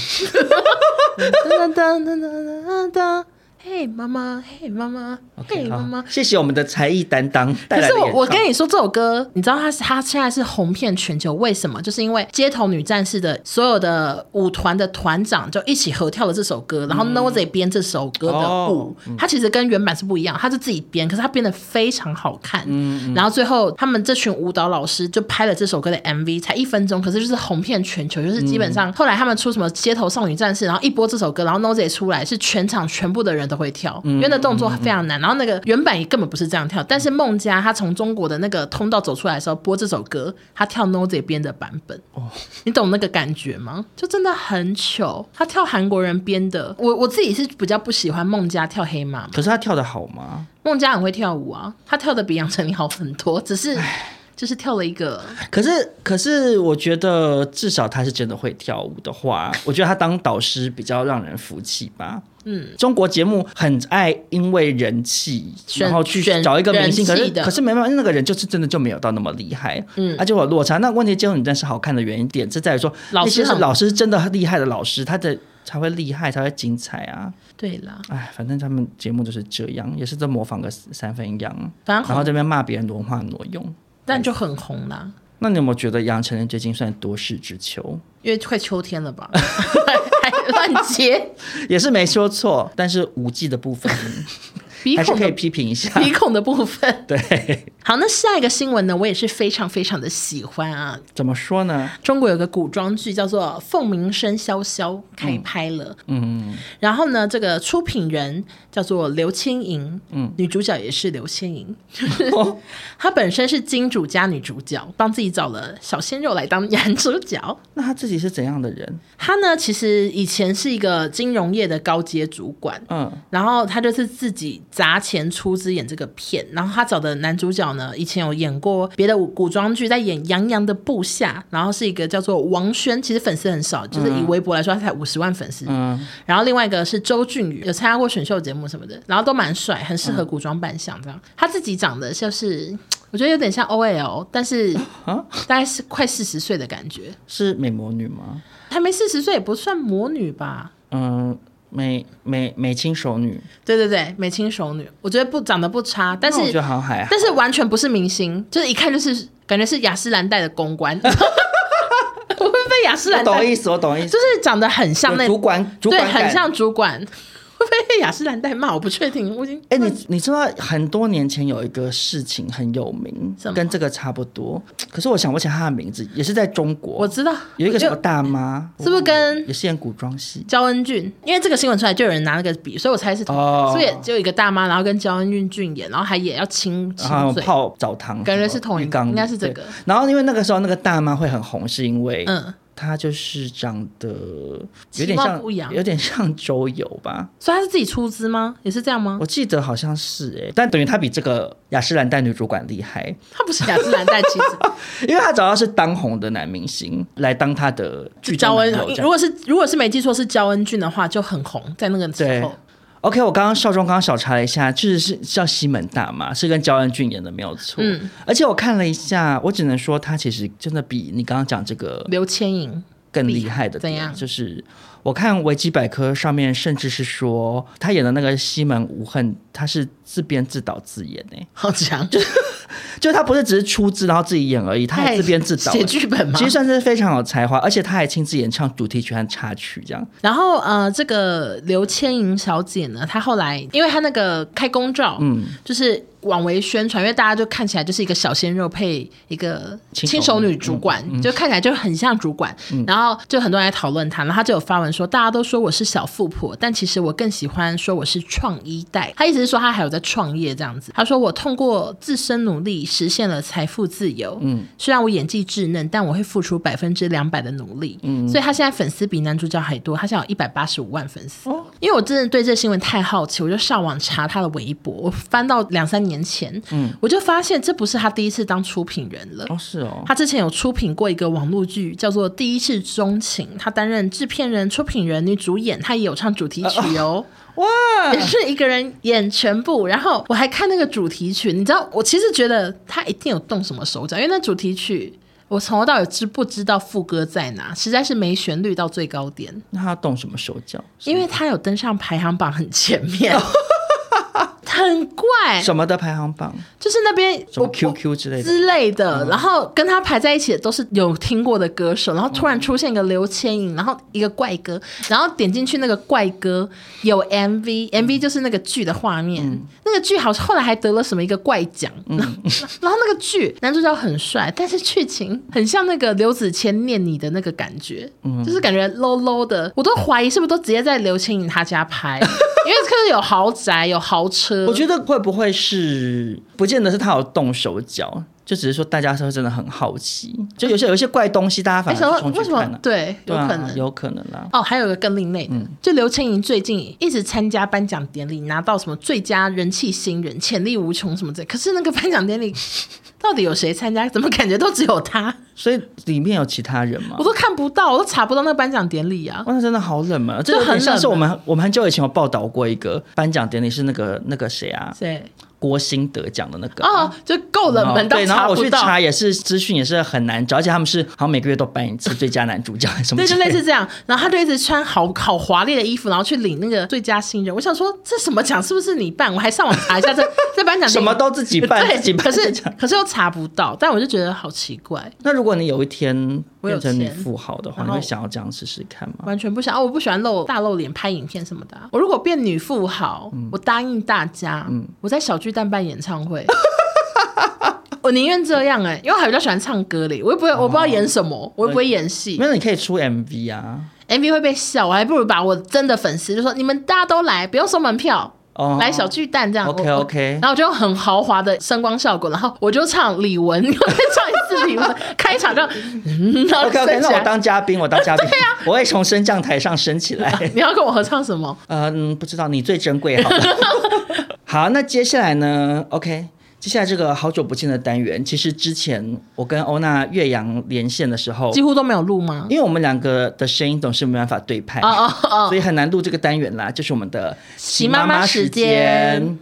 Speaker 1: 噔噔噔噔噔噔，嘿妈妈，嘿妈妈，嘿
Speaker 2: OK，
Speaker 1: 妈
Speaker 2: 好
Speaker 1: 妈。
Speaker 2: 谢谢我们的才艺担当带
Speaker 1: 可
Speaker 2: 来
Speaker 1: 是
Speaker 2: 的演
Speaker 1: 我
Speaker 2: 唱。
Speaker 1: 我跟你说，这首歌，你知道它是它现在是红遍全球，为什么？就是因为街头女战士的所有的舞团的团长就一起合跳了这首歌，然后 Nozy 编这首歌的舞
Speaker 2: 嗯哦，
Speaker 1: 它其实跟原版是不一样，它是自己编，可是它编的非常好看。然后最后他们这群舞蹈老师就拍了这首歌的 MV，才一分钟，可是就是红遍全球，就是基本上后来他们出什么街头少女战士，然后一播这首歌，然后 Nozy 出来是全场全部的人都会跳，因为那动作非常难。然后那个原版也根本不是这样跳，但是孟佳她从中国的那个通道走出来的时候播这首歌，她跳 Nozy 编的版本。你懂那个感觉吗？就真的很糗。他跳韩国人编的，我我自己是比较不喜欢孟佳跳黑马嘛。
Speaker 2: 可是他跳的好吗？
Speaker 1: 孟佳很会跳舞啊，她跳的比杨丞琳好很多，只是就是跳了一个
Speaker 2: 可是，可是，我觉得至少他是真的会跳舞的话， 我觉得他当导师比较让人服气吧。嗯，中国节目很爱因为人气，
Speaker 1: 选
Speaker 2: 然后去
Speaker 1: 选
Speaker 2: 找一个明星，可
Speaker 1: 人
Speaker 2: 是
Speaker 1: 气的
Speaker 2: 可是没办法，那个人就是真的就没有到那么厉害，嗯，而且有落差。那问题就你但是好看的原因点是在于说，
Speaker 1: 老师
Speaker 2: 那些是
Speaker 1: 很
Speaker 2: 老师真的厉害的老师，他的才会厉害，才会精彩啊。
Speaker 1: 对啦，
Speaker 2: 哎，反正他们节目就是这样，也是在模仿个三分样，
Speaker 1: 反正
Speaker 2: 然后
Speaker 1: 红，
Speaker 2: 这边骂别人文化挪用。
Speaker 1: 但就很红啦，
Speaker 2: 那你有没有觉得杨丞琳最近算多事之秋？
Speaker 1: 因为快秋天了 吧，还乱接
Speaker 2: 也是没说错，但是五 G 的部 分
Speaker 1: 鼻
Speaker 2: 还是
Speaker 1: 孔
Speaker 2: 可以
Speaker 1: 的
Speaker 2: 批评一下。
Speaker 1: 鼻孔的部分。
Speaker 2: 对，
Speaker 1: 好，那下一个新闻呢，我也是非常非常的喜欢啊，
Speaker 2: 怎么说呢？
Speaker 1: 中国有个古装剧叫做《凤鸣声萧萧》，开拍了。嗯，然后呢，这个出品人叫做刘青莹，嗯，女主角也是刘青莹，她本身是金主加女主角，帮自己找了小鲜肉来当男主角。
Speaker 2: 那他自己是怎样的人？
Speaker 1: 她呢，其实以前是一个金融业的高阶主管，
Speaker 2: 嗯，
Speaker 1: 然后他就是自己砸钱出资演这个片，然后他找的男主角呢，以前有演过别的古古装剧，在演杨洋的部下，然后是一个叫做王轩，其实粉丝很少，就是以微博来说，他才五十万粉丝。
Speaker 2: 嗯
Speaker 1: 然后另外一个是周俊宇，有参加过选秀节目什么的，然后都蛮帅，很适
Speaker 2: 嗯
Speaker 1: 合古装扮相这样。他自己长得就是，我觉得有点像 OL，但是
Speaker 2: 啊，
Speaker 1: 大概是快四十岁的感觉，
Speaker 2: 是美魔女吗？
Speaker 1: 还没四十岁也不算魔女吧。
Speaker 2: 嗯，美美美清熟女，
Speaker 1: 对对对，美青熟女，我觉得不长得不差，但是
Speaker 2: 那我觉得好像还好。
Speaker 1: 但是完全不是明星，就是一看就是感觉是雅诗兰黛的公关， 我会被雅诗
Speaker 2: 我
Speaker 1: 兰
Speaker 2: 懂
Speaker 1: 黛，
Speaker 2: 意思，我懂意思
Speaker 1: 就。是长得很像
Speaker 2: 有
Speaker 1: 那
Speaker 2: 主管，主
Speaker 1: 对，
Speaker 2: 管感
Speaker 1: 很像主管，会被雅诗兰黛骂，我不确定，我已经
Speaker 2: 哎、你你知道很多年前有一个事情很有名
Speaker 1: 什么，
Speaker 2: 跟这个差不多，可是我想不起来他的名字，也是在中
Speaker 1: 我
Speaker 2: 国，
Speaker 1: 知道
Speaker 2: 有一个什
Speaker 1: 就
Speaker 2: 么大妈，
Speaker 1: 是不是跟
Speaker 2: 也是演古装戏
Speaker 1: 焦恩俊，因为这个新闻出来就有人拿那个笔，所以我猜是同一个，
Speaker 2: 哦
Speaker 1: 所以就有一个大妈，然后跟焦恩俊俊演，然后还也要亲亲
Speaker 2: 然后
Speaker 1: 嘴，
Speaker 2: 啊泡澡堂，
Speaker 1: 感觉是同一
Speaker 2: 浴缸里
Speaker 1: 应该是这个。
Speaker 2: 对然后因为那个时候那个大妈会很红，是因为
Speaker 1: 嗯，
Speaker 2: 她就是长得有
Speaker 1: 其
Speaker 2: 点
Speaker 1: 貌
Speaker 2: 像
Speaker 1: 不扬，
Speaker 2: 有点像周游吧，
Speaker 1: 所以他是自己出资吗？也是这样吗？
Speaker 2: 我记得好像是哎、但等于她比这个雅诗兰黛女主管厉害，
Speaker 1: 他不是雅诗兰黛，其实
Speaker 2: 因为她找到是当红的男明星来当她的 剧
Speaker 1: 焦
Speaker 2: 中男
Speaker 1: 恩
Speaker 2: 友，这
Speaker 1: 如
Speaker 2: 样。
Speaker 1: 果是如果是没记错是焦恩俊的话，就很红，在那个时候
Speaker 2: 对。OK，我刚刚少中刚刚小查了一下，确实是叫西门大妈，是跟焦恩俊演的没有错。
Speaker 1: 嗯
Speaker 2: 而且我看了一下，我只能说她其实真的比你刚刚讲这个
Speaker 1: 刘千莹，
Speaker 2: 更厉害的
Speaker 1: 怎
Speaker 2: 点
Speaker 1: 样
Speaker 2: 就是我看维基百科上面甚至是说他演的那个西门无恨，他是自编自导自演呢、
Speaker 1: 好强，
Speaker 2: 就他不是只是出资然后自己演而已，他还自编自导、
Speaker 1: 写
Speaker 2: 欸。
Speaker 1: 剧本吗
Speaker 2: 其？实算是非常有才华，而且他还亲自演唱主题曲和插曲，这样
Speaker 1: 然后呃，这个刘千莹小姐呢，她后来因为她那个开公照，嗯，就是往为宣传，因为大家就看起来就是一个小鲜肉配一个
Speaker 2: 轻
Speaker 1: 轻
Speaker 2: 熟
Speaker 1: 熟女
Speaker 2: 女
Speaker 1: 主管，就看起来就很像主管。然后就很多人来讨论她，然后她就有发文说，大家都说我是小富婆，但其实我更喜欢说我是创一代。她意思是说她还有在创业这样子。她说我通过自身努力实现了财富自由，嗯，虽然我演技稚嫩，但我会付出百分之两百的努力，嗯，所以她现在粉丝比男主角还多，她现在有一百八十五万粉丝。因为我真的对这新闻太好奇，我就上网查她的微博，我翻到两三年前，嗯，我就发现这不是她第一次当出品人了，
Speaker 2: 哦是哦，
Speaker 1: 他之前有出品过一个网络剧，叫做《第一次钟情》，他担任制片人、出品人、女主演，他也有唱主题曲 哦。哇！也是一个人演全部，然后我还看那个主题曲，你知道，我其实觉得他一定有动什么手脚，因为那主题曲。我从头到尾知不知道副歌在哪，实在是没旋律到最高点，
Speaker 2: 那他要动什么手脚？
Speaker 1: 因为他有登上排行榜很前面， 很 怪，
Speaker 2: 什么的排行榜，
Speaker 1: 就是那边
Speaker 2: 什
Speaker 1: 我我
Speaker 2: 么 QQ 之类的。
Speaker 1: 之类的，
Speaker 2: 嗯
Speaker 1: 然后跟他排在一起的都是有听过的歌手，然后突然出现一个刘千颖，然后一个怪歌，然后点进去那个怪歌有 MV，MV
Speaker 2: 嗯
Speaker 1: 就是那个剧的画面，那个剧好像后来还得了什么一个怪奖，
Speaker 2: 嗯
Speaker 1: 然后那个剧男主角很帅，但是剧情很像那个刘子谦念你的那个感觉，
Speaker 2: 嗯
Speaker 1: 就是感觉 low low 的，我都怀疑是不是都直接在刘青颖他家拍，因为可是有豪宅有豪车，
Speaker 2: 我觉得会不会是，不见得是他有动手脚，就只是说大家是不是真的很好奇，就有些有一些怪东西，大家
Speaker 1: 哎
Speaker 2: 反
Speaker 1: 想
Speaker 2: 而
Speaker 1: 说
Speaker 2: 冲
Speaker 1: 为
Speaker 2: 去
Speaker 1: 什
Speaker 2: 看
Speaker 1: 么
Speaker 2: 了、
Speaker 1: 对有
Speaker 2: 对啊
Speaker 1: 可能。
Speaker 2: 有可能啊啦。
Speaker 1: 哦，还有一个更另类的，
Speaker 2: 嗯
Speaker 1: 就刘青云最近一直参加颁奖典礼，拿到什么最佳人气新人、潜力无穷什么的。可是那个颁奖典礼到底有谁参加？怎么感觉都只有他，
Speaker 2: 所以里面有其他人吗
Speaker 1: 我？都看不到，我都查不到那个颁奖典礼啊。
Speaker 2: 哇，那真的好冷门啊！这
Speaker 1: 就
Speaker 2: 有点
Speaker 1: 很
Speaker 2: 像
Speaker 1: 冷
Speaker 2: 是我
Speaker 1: 门
Speaker 2: 们我们很久以前有报道过一个颁奖典礼，是那个那个谁啊，
Speaker 1: 对，
Speaker 2: 郭兴德奖的那个。
Speaker 1: 哦，就够冷门到
Speaker 2: 哦对，然
Speaker 1: 查
Speaker 2: 后我
Speaker 1: 不
Speaker 2: 去
Speaker 1: 到。
Speaker 2: 查也是资讯也是很难找，而且他们是好像每个月都颁一次最佳男主角什么
Speaker 1: 对，
Speaker 2: 之
Speaker 1: 就
Speaker 2: 类
Speaker 1: 类
Speaker 2: 的，
Speaker 1: 似这样，然后他就一直穿好好华丽的衣服，然后去领那个最佳新人。我想说，这什么奖？是不是你办？我还上网查一下这 这颁奖典礼
Speaker 2: 什么都自己办，
Speaker 1: 对
Speaker 2: 自己办。
Speaker 1: 可是
Speaker 2: 自己办
Speaker 1: 可是又查不到，但我就觉得好奇怪。
Speaker 2: 那如果你有一天
Speaker 1: 我有
Speaker 2: 变成你
Speaker 1: 钱
Speaker 2: 富豪的话，
Speaker 1: 然
Speaker 2: 你
Speaker 1: 后
Speaker 2: 会想要这样试试看吗？
Speaker 1: 完全不想哦，我不喜欢露大露脸拍影片什么的啊、我如果变女富豪，
Speaker 2: 嗯
Speaker 1: 我答应大家，我在小巨蛋办演唱会。 我宁愿这样哎、因为我还比较喜欢唱歌嘞，我又不会，我不知道演什么，我又不会演戏
Speaker 2: 哦没有，你可以出 MV 啊。
Speaker 1: ，MV 会被笑，我还不如把我真的粉丝就说你们大家都来，不用收门票，
Speaker 2: 哦，
Speaker 1: 来小巨蛋这样。
Speaker 2: OK，
Speaker 1: 我
Speaker 2: OK
Speaker 1: 然后我就用很豪华的声光效果，然后我就唱李玟， 又再唱一次李玟，开场就、嗯、然后
Speaker 2: OK
Speaker 1: 就
Speaker 2: OK，
Speaker 1: 升
Speaker 2: 那
Speaker 1: 起
Speaker 2: 我
Speaker 1: 来。
Speaker 2: 当嘉宾，我当嘉 宾，
Speaker 1: 啊
Speaker 2: 我会从升降台上升起来。
Speaker 1: 你要跟我合唱什么？
Speaker 2: 呃嗯，不知道你最珍贵好了。 好，那接下来呢？OK，接下来这个好久不见的单元，其实之前我跟欧娜岳阳连线的时候，
Speaker 1: 几乎都没有录吗？
Speaker 2: 因为我们两个的声音总是没办法对拍，
Speaker 1: 哦哦哦
Speaker 2: 所以很难录这个单元啦。就是我们的
Speaker 1: 喜妈妈时间。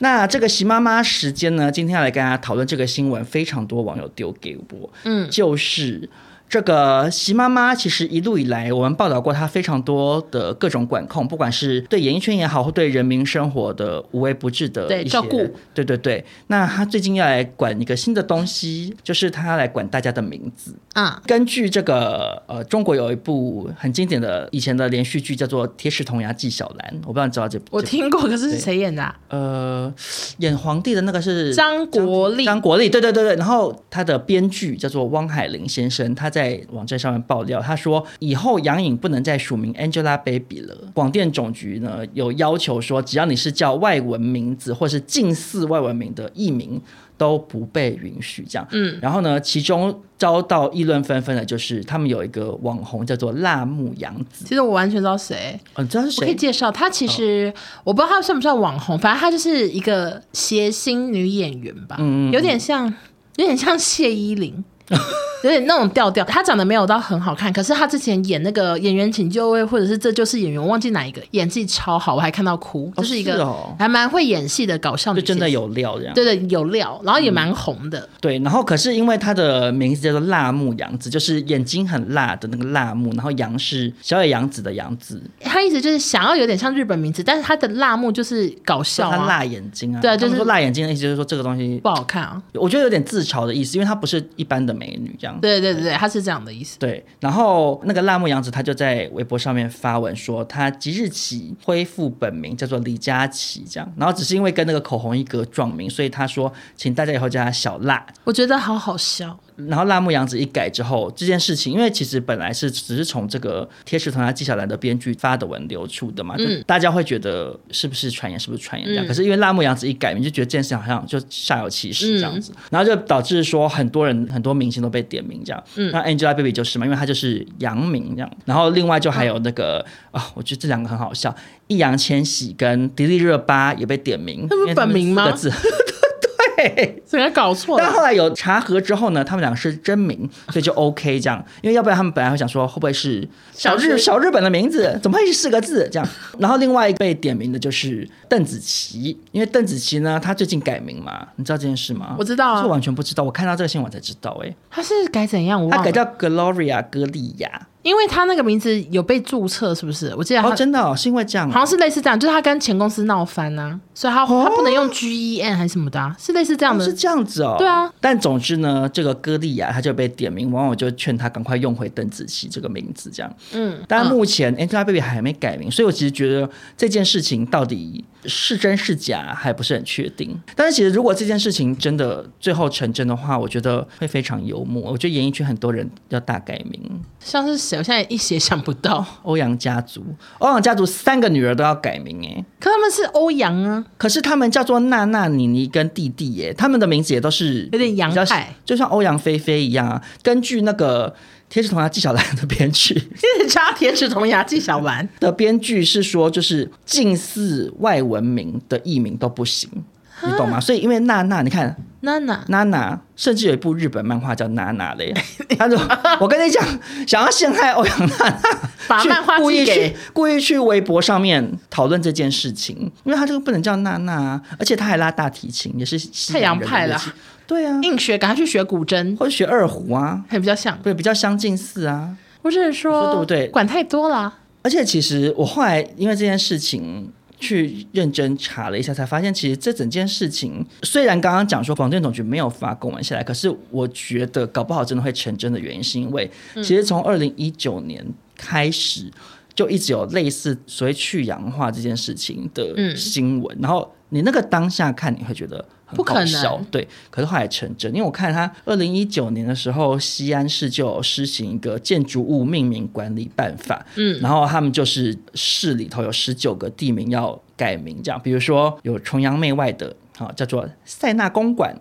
Speaker 2: 那这个喜妈妈时间呢，今天要来跟大家讨论这个新闻，非常多网友丢给我，嗯，就是。这个习妈妈其实一路以来，我们报道过她非常多的各种管控，不管是对演艺圈也好，或对人民生活的无微不至的
Speaker 1: 对
Speaker 2: 一些
Speaker 1: 照顾，
Speaker 2: 对对对。那她最近要来管一个新的东西，就是她要来管大家的名字。
Speaker 1: 嗯，
Speaker 2: 根据这个呃，中国有一部很经典的以前的连续剧叫做《铁齿铜牙纪晓岚》，我不知道你知道这部。
Speaker 1: 我
Speaker 2: 这
Speaker 1: 听过，可是
Speaker 2: 对
Speaker 1: 是谁演的、啊？
Speaker 2: 呃，演皇帝的那个是
Speaker 1: 张国立
Speaker 2: 张国立，对对对对。然后他的编剧叫做汪海林先生，他在网站上面爆料，他说以后杨颖不能再署名 Angelababy 了。广电总局呢有要求说，只要你是叫外文名字或是近似外文名的艺名。都不被允许这样，嗯，然后呢，其中遭到议论纷纷的就是他们有一个网红叫做辣目洋子，
Speaker 1: 其实我完全知道谁，
Speaker 2: 嗯、你知道是
Speaker 1: 我可以
Speaker 2: 谁？哦
Speaker 1: 介绍她。其实、我不知道她算不算网红，反正她就是一个谐星女演员吧，
Speaker 2: 嗯
Speaker 1: 有点像，有点像谢依 霖。有点那种调调，她长得没有到很好看，可是她之前演那个《演员请就位》或者是《这就是演员》，我忘记哪一个，演技超好，我还看到哭，就是一
Speaker 2: 是
Speaker 1: 个
Speaker 2: 哦
Speaker 1: 还蛮会演戏的搞笑女，
Speaker 2: 就真的，有嗯料这样。
Speaker 1: 对对有料，然后也蛮红的，
Speaker 2: 对，然后可是因为他的名字叫做辣目洋子，就是眼睛很辣的那个辣目，然后洋是小野洋子的洋子，
Speaker 1: 她一直就是想要有点像日本名字，但是她的辣目就是搞笑
Speaker 2: 他
Speaker 1: 啊，
Speaker 2: 辣眼睛啊。
Speaker 1: 对啊
Speaker 2: 他们
Speaker 1: 就是
Speaker 2: 说辣眼睛的意思就是说这个东西，
Speaker 1: 不好看啊。
Speaker 2: 我觉得有点自嘲的意思，因为她不是一般的美女这样。
Speaker 1: 对对对对，他是这样的意思。
Speaker 2: 对，然后那个辣目洋子，她就在微博上面发文说，她即日起恢复本名，叫做李佳琦，这样。然后只是因为跟那个口红一格撞名，所以她说，请大家以后叫她小辣，
Speaker 1: 我觉得好好笑，
Speaker 2: 然后辣目洋子一改之后，这件事情，因为其实本来是只是从这个《铁齿铜牙纪晓岚》的编剧发的文流出的嘛，就大家会觉得是不是传言，是不是传言这样。可是因为辣目洋子一改名，就觉得这件事情好像就煞有其事这样子，然后就导致说很多人很多明星都被点名这样。那 Angelababy 就是嘛，因为她就是杨明这样。然后另外就还有那个啊、我觉得这两个很好笑，易烊千玺跟迪丽热巴也被点名，
Speaker 1: 那不是
Speaker 2: 因为他们
Speaker 1: 本名吗
Speaker 2: 四个字对。
Speaker 1: 整个搞错
Speaker 2: 但
Speaker 1: 了。
Speaker 2: 后来有查核之后呢，他们俩是 真名，所以就 OK 这样。因为要不然他们本来会想说会不会是小
Speaker 1: 小
Speaker 2: 日
Speaker 1: 日
Speaker 2: 小日本的 名字，怎么会是四个字这样？然后另外一个被点名的就是邓紫棋，因为邓紫棋呢，她最近改名嘛，你知道这件事吗？
Speaker 1: 我知道啊
Speaker 2: 这完全不知道，我看到这个新闻我才知道、欸，
Speaker 1: 他是改怎样？我
Speaker 2: 哎，她
Speaker 1: 忘
Speaker 2: 改
Speaker 1: 了，
Speaker 2: 叫 Gloria 歌利亚。
Speaker 1: 因为他那个名字有被注册，是不是？我记得他
Speaker 2: 哦，真的、哦、是因为这样、
Speaker 1: 好像是类似这样，就是他跟前公司闹翻啊，所以他、他不能用 G E N 还是什么的、啊，是类似这样
Speaker 2: 哦
Speaker 1: 的。
Speaker 2: 是这样子哦。
Speaker 1: 对啊。
Speaker 2: 但总之呢，这个歌利亚她就被点名，网友就劝她赶快用回邓紫棋这个名字，这样。
Speaker 1: 嗯，
Speaker 2: 但目前哎 Angelababy 还没改名，所以我其实觉得这件事情到底是真是假还不是很确定。但是其实如果这件事情真的最后成真的话，我觉得会非常幽默。我觉得演艺圈很多人要大改名，
Speaker 1: 像是谁？我现在一时也想不到。
Speaker 2: 欧阳家族，欧阳家族三个女儿都要改名哎、
Speaker 1: 可他们是欧阳 啊，
Speaker 2: 可是他们叫做娜娜、妮妮跟弟弟耶，他们的名字也都是
Speaker 1: 有点洋
Speaker 2: 比较
Speaker 1: 派，
Speaker 2: 就像欧阳菲菲一样啊。根据那个《天使童话》纪晓岚的编剧，
Speaker 1: 一直叫他铁齿铜牙纪晓岚，
Speaker 2: 的编剧是说，就是近似外文名的译名都不行，你懂
Speaker 1: 啊
Speaker 2: 吗？所以因为娜娜，你看
Speaker 1: 娜娜
Speaker 2: 娜娜，甚至有一部日本漫画叫娜娜嘞。他说：“我跟你讲，想要陷害欧阳娜娜，
Speaker 1: 把
Speaker 2: 去
Speaker 1: 啊漫画
Speaker 2: 故
Speaker 1: 寄
Speaker 2: 意去
Speaker 1: 给
Speaker 2: 故意去微博上面讨论这件事情，因为他这个不能叫娜娜啊，而且他还拉大提琴，也是西洋人的
Speaker 1: 太洋派了
Speaker 2: 乐器对啊，
Speaker 1: 硬学，赶快去学古筝，
Speaker 2: 或者学二胡啊，
Speaker 1: 还比较像。
Speaker 2: 对，比较相近似啊。”
Speaker 1: 我只是
Speaker 2: 你
Speaker 1: 说，
Speaker 2: 说对不对
Speaker 1: 管太多了。
Speaker 2: 而且其实我后来因为这件事情去认真查了一下，才发现其实这整件事情虽然刚刚讲说广电总局没有发公文下来，可是我觉得搞不好真的会成真的原因，是因为
Speaker 1: 嗯
Speaker 2: 其实从二零一九年开始。就一直有类似所谓去洋化这件事情的
Speaker 1: 嗯
Speaker 2: 新闻，然后你那个当下看你会觉得很
Speaker 1: 不可
Speaker 2: 搞
Speaker 1: 能
Speaker 2: 笑对，可是后来成真，因为我看他二零一九年的时候，西安市就有施行一个建筑物命名管理办法，嗯，然后他们就是市里头有十九个地名要改名，这样，比如说有崇洋媚外的，好、叫做塞纳公馆。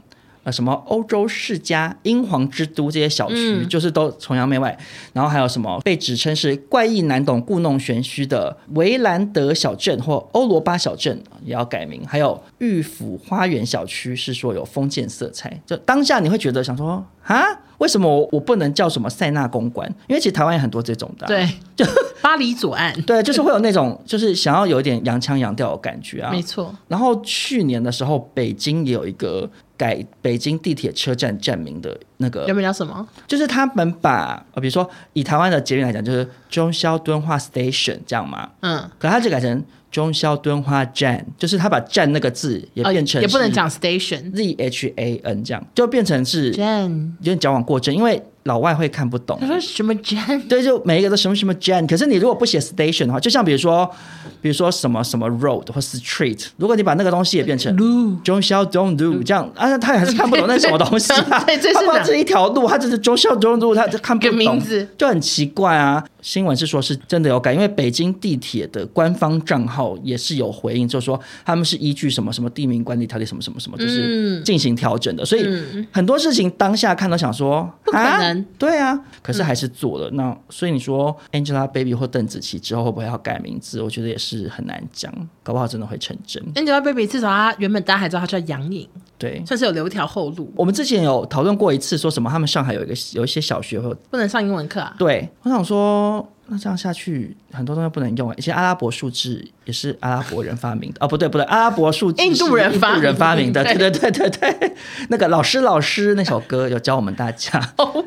Speaker 2: 呃，什么欧洲世家、英皇之都这些小区，就是都崇洋媚外。然后还有什么被指称是怪异难懂、故弄玄虚的维兰德小镇或欧罗巴小镇也要改名，还有御府花园小区是说有封建色彩，就当下你会觉得想说啊，为什么我我不能叫什么塞纳公馆？因为其实台湾也很多这种的啊、
Speaker 1: 对， 就巴黎左岸，
Speaker 2: 对，就是会有那种就是想要有一点洋腔洋调的感觉啊，
Speaker 1: 没错。
Speaker 2: 然后去年的时候，北京也有一个改北京地铁车站站名的那个
Speaker 1: 原本叫什么？
Speaker 2: 就是他们把呃，比如说以台湾的捷运来讲，就是中消敦化 station 这样嘛，
Speaker 1: 嗯，
Speaker 2: 可他就改成中消敦化站，就是他把站那个字也变成、
Speaker 1: 呃也不能讲 station。
Speaker 2: z h a n 这样，就变成是
Speaker 1: Jan，
Speaker 2: 有点矫枉过正，因为老外会看不懂
Speaker 1: 他。说什么 Jan？
Speaker 2: 对，就每一个都什么什么 j a n 可是你如果不写 station 的话，就像比如说，比如说什么什么 road 或 street，如果你把那个东西也变成
Speaker 1: Lu。
Speaker 2: John Xiao Don't Do 这样，啊，他也还是看不懂那是什么东西啊
Speaker 1: 嗯 对对对这是
Speaker 2: 他不知道
Speaker 1: 哪
Speaker 2: 这一条路，他只是 John Xiao Don't Do，他就看不
Speaker 1: 个
Speaker 2: 懂，
Speaker 1: 名字
Speaker 2: 就很奇怪啊。新闻是说是真的有改，因为北京地铁的官方账号也是有回应，就说他们是依据什么什么地名管理条例什么什么什么，
Speaker 1: 嗯
Speaker 2: 就是进行调整的。所以很多事情当下看到想说，
Speaker 1: 不可
Speaker 2: 啊
Speaker 1: 能嗯
Speaker 2: 对啊，可是还是做了。那所以你说 Angelababy 或邓紫棋之后会不会要改名字？我觉得也是很难讲，搞不好真的会成真。
Speaker 1: Angelababy 至少她啊原本大家还知道她叫杨颖，
Speaker 2: 对。
Speaker 1: 算是有留一条后路，
Speaker 2: 我们之前有讨论过一次，说什么他们上海有一个有一些小学会有
Speaker 1: 不能上英文课 啊。
Speaker 2: 对，我想说，那这样下去很多东西不能用，以啊前阿拉伯数字也是阿拉伯人发明的，哦，不对不对，阿拉伯数字
Speaker 1: 印度人
Speaker 2: 是印
Speaker 1: 发
Speaker 2: 度人发明的，对
Speaker 1: 明
Speaker 2: 对对对对，那个老师老师那首歌有教我们大家。
Speaker 1: 哦，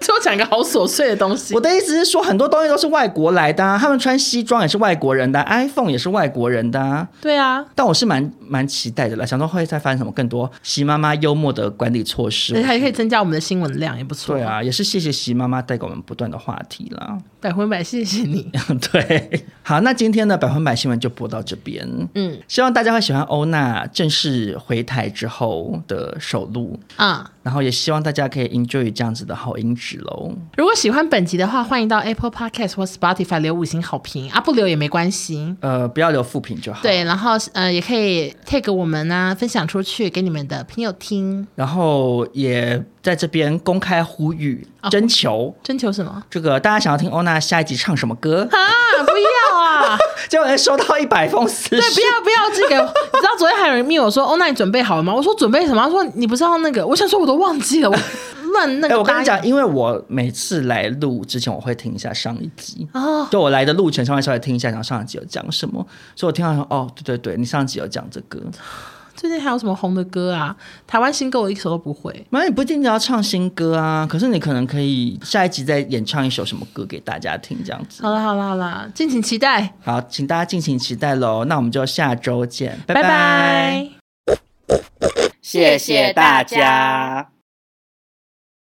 Speaker 1: 就讲一个好琐碎的东西
Speaker 2: 我。的意思是说，很多东西都是外国来的、啊，他们穿西装也是外国人的啊、，iPhone 也是外国人的、啊。
Speaker 1: 对啊，
Speaker 2: 但我是蛮蛮期待的啦，想说会再发生什么更多习妈妈幽默的管理措施。
Speaker 1: 而且还可以增加我们的新闻量，也不错。
Speaker 2: 对，啊，也是谢谢习妈妈带给我们不断的话题啦。
Speaker 1: 百分百谢谢你。
Speaker 2: 对，好，那今天的百分百新闻就播到这边。
Speaker 1: 嗯
Speaker 2: 希望大家会喜欢欧娜正式回台之后的首录，
Speaker 1: 啊、
Speaker 2: 然后也希望大家可以 enjoy 这样子的好音质喽。
Speaker 1: 如果喜欢本集的话，欢迎到 Apple Podcast 或 Spotify 留五星好评啊，不留也没关系。
Speaker 2: 呃，不要留负评就好。，
Speaker 1: 对，然后呃，也可以 tag 我们啊，分享出去给你们的朋友听。
Speaker 2: 然后也在这边公开呼吁
Speaker 1: 啊
Speaker 2: 征求。
Speaker 1: 征求什么
Speaker 2: 这个大家想要听欧娜下一集唱什么歌？
Speaker 1: 啊？不要吧？
Speaker 2: 结果人收到一百封 私
Speaker 1: 对，不
Speaker 2: 信，
Speaker 1: 要不要这个！你知道昨天还有人密我说：“哦，那你准备好了吗？”我说：“准备什么？”他说：“你不是要那个？”我想说我都忘记 了，我乱那
Speaker 2: 哎、
Speaker 1: 个
Speaker 2: 我跟
Speaker 1: 答
Speaker 2: 你
Speaker 1: 应。
Speaker 2: 讲，因为我每次来录之前，我会听一下上一集。
Speaker 1: 哦，
Speaker 2: 就我来的路程，稍微稍微听一下，然后上一集有讲什么，所以我听到说，哦，对对对，你上一集有讲这个，
Speaker 1: 最近还有什么红的歌啊？台湾新歌我一首都不会。
Speaker 2: 反正你不一定要唱新歌啊，可是你可能可以下一集再演唱一首什么歌给大家听，这样子。
Speaker 1: 好啦好啦好啦，敬请期待，
Speaker 2: 好，请大家敬请期待喽。那我们就下周见，拜
Speaker 1: 拜拜
Speaker 2: 谢谢大家。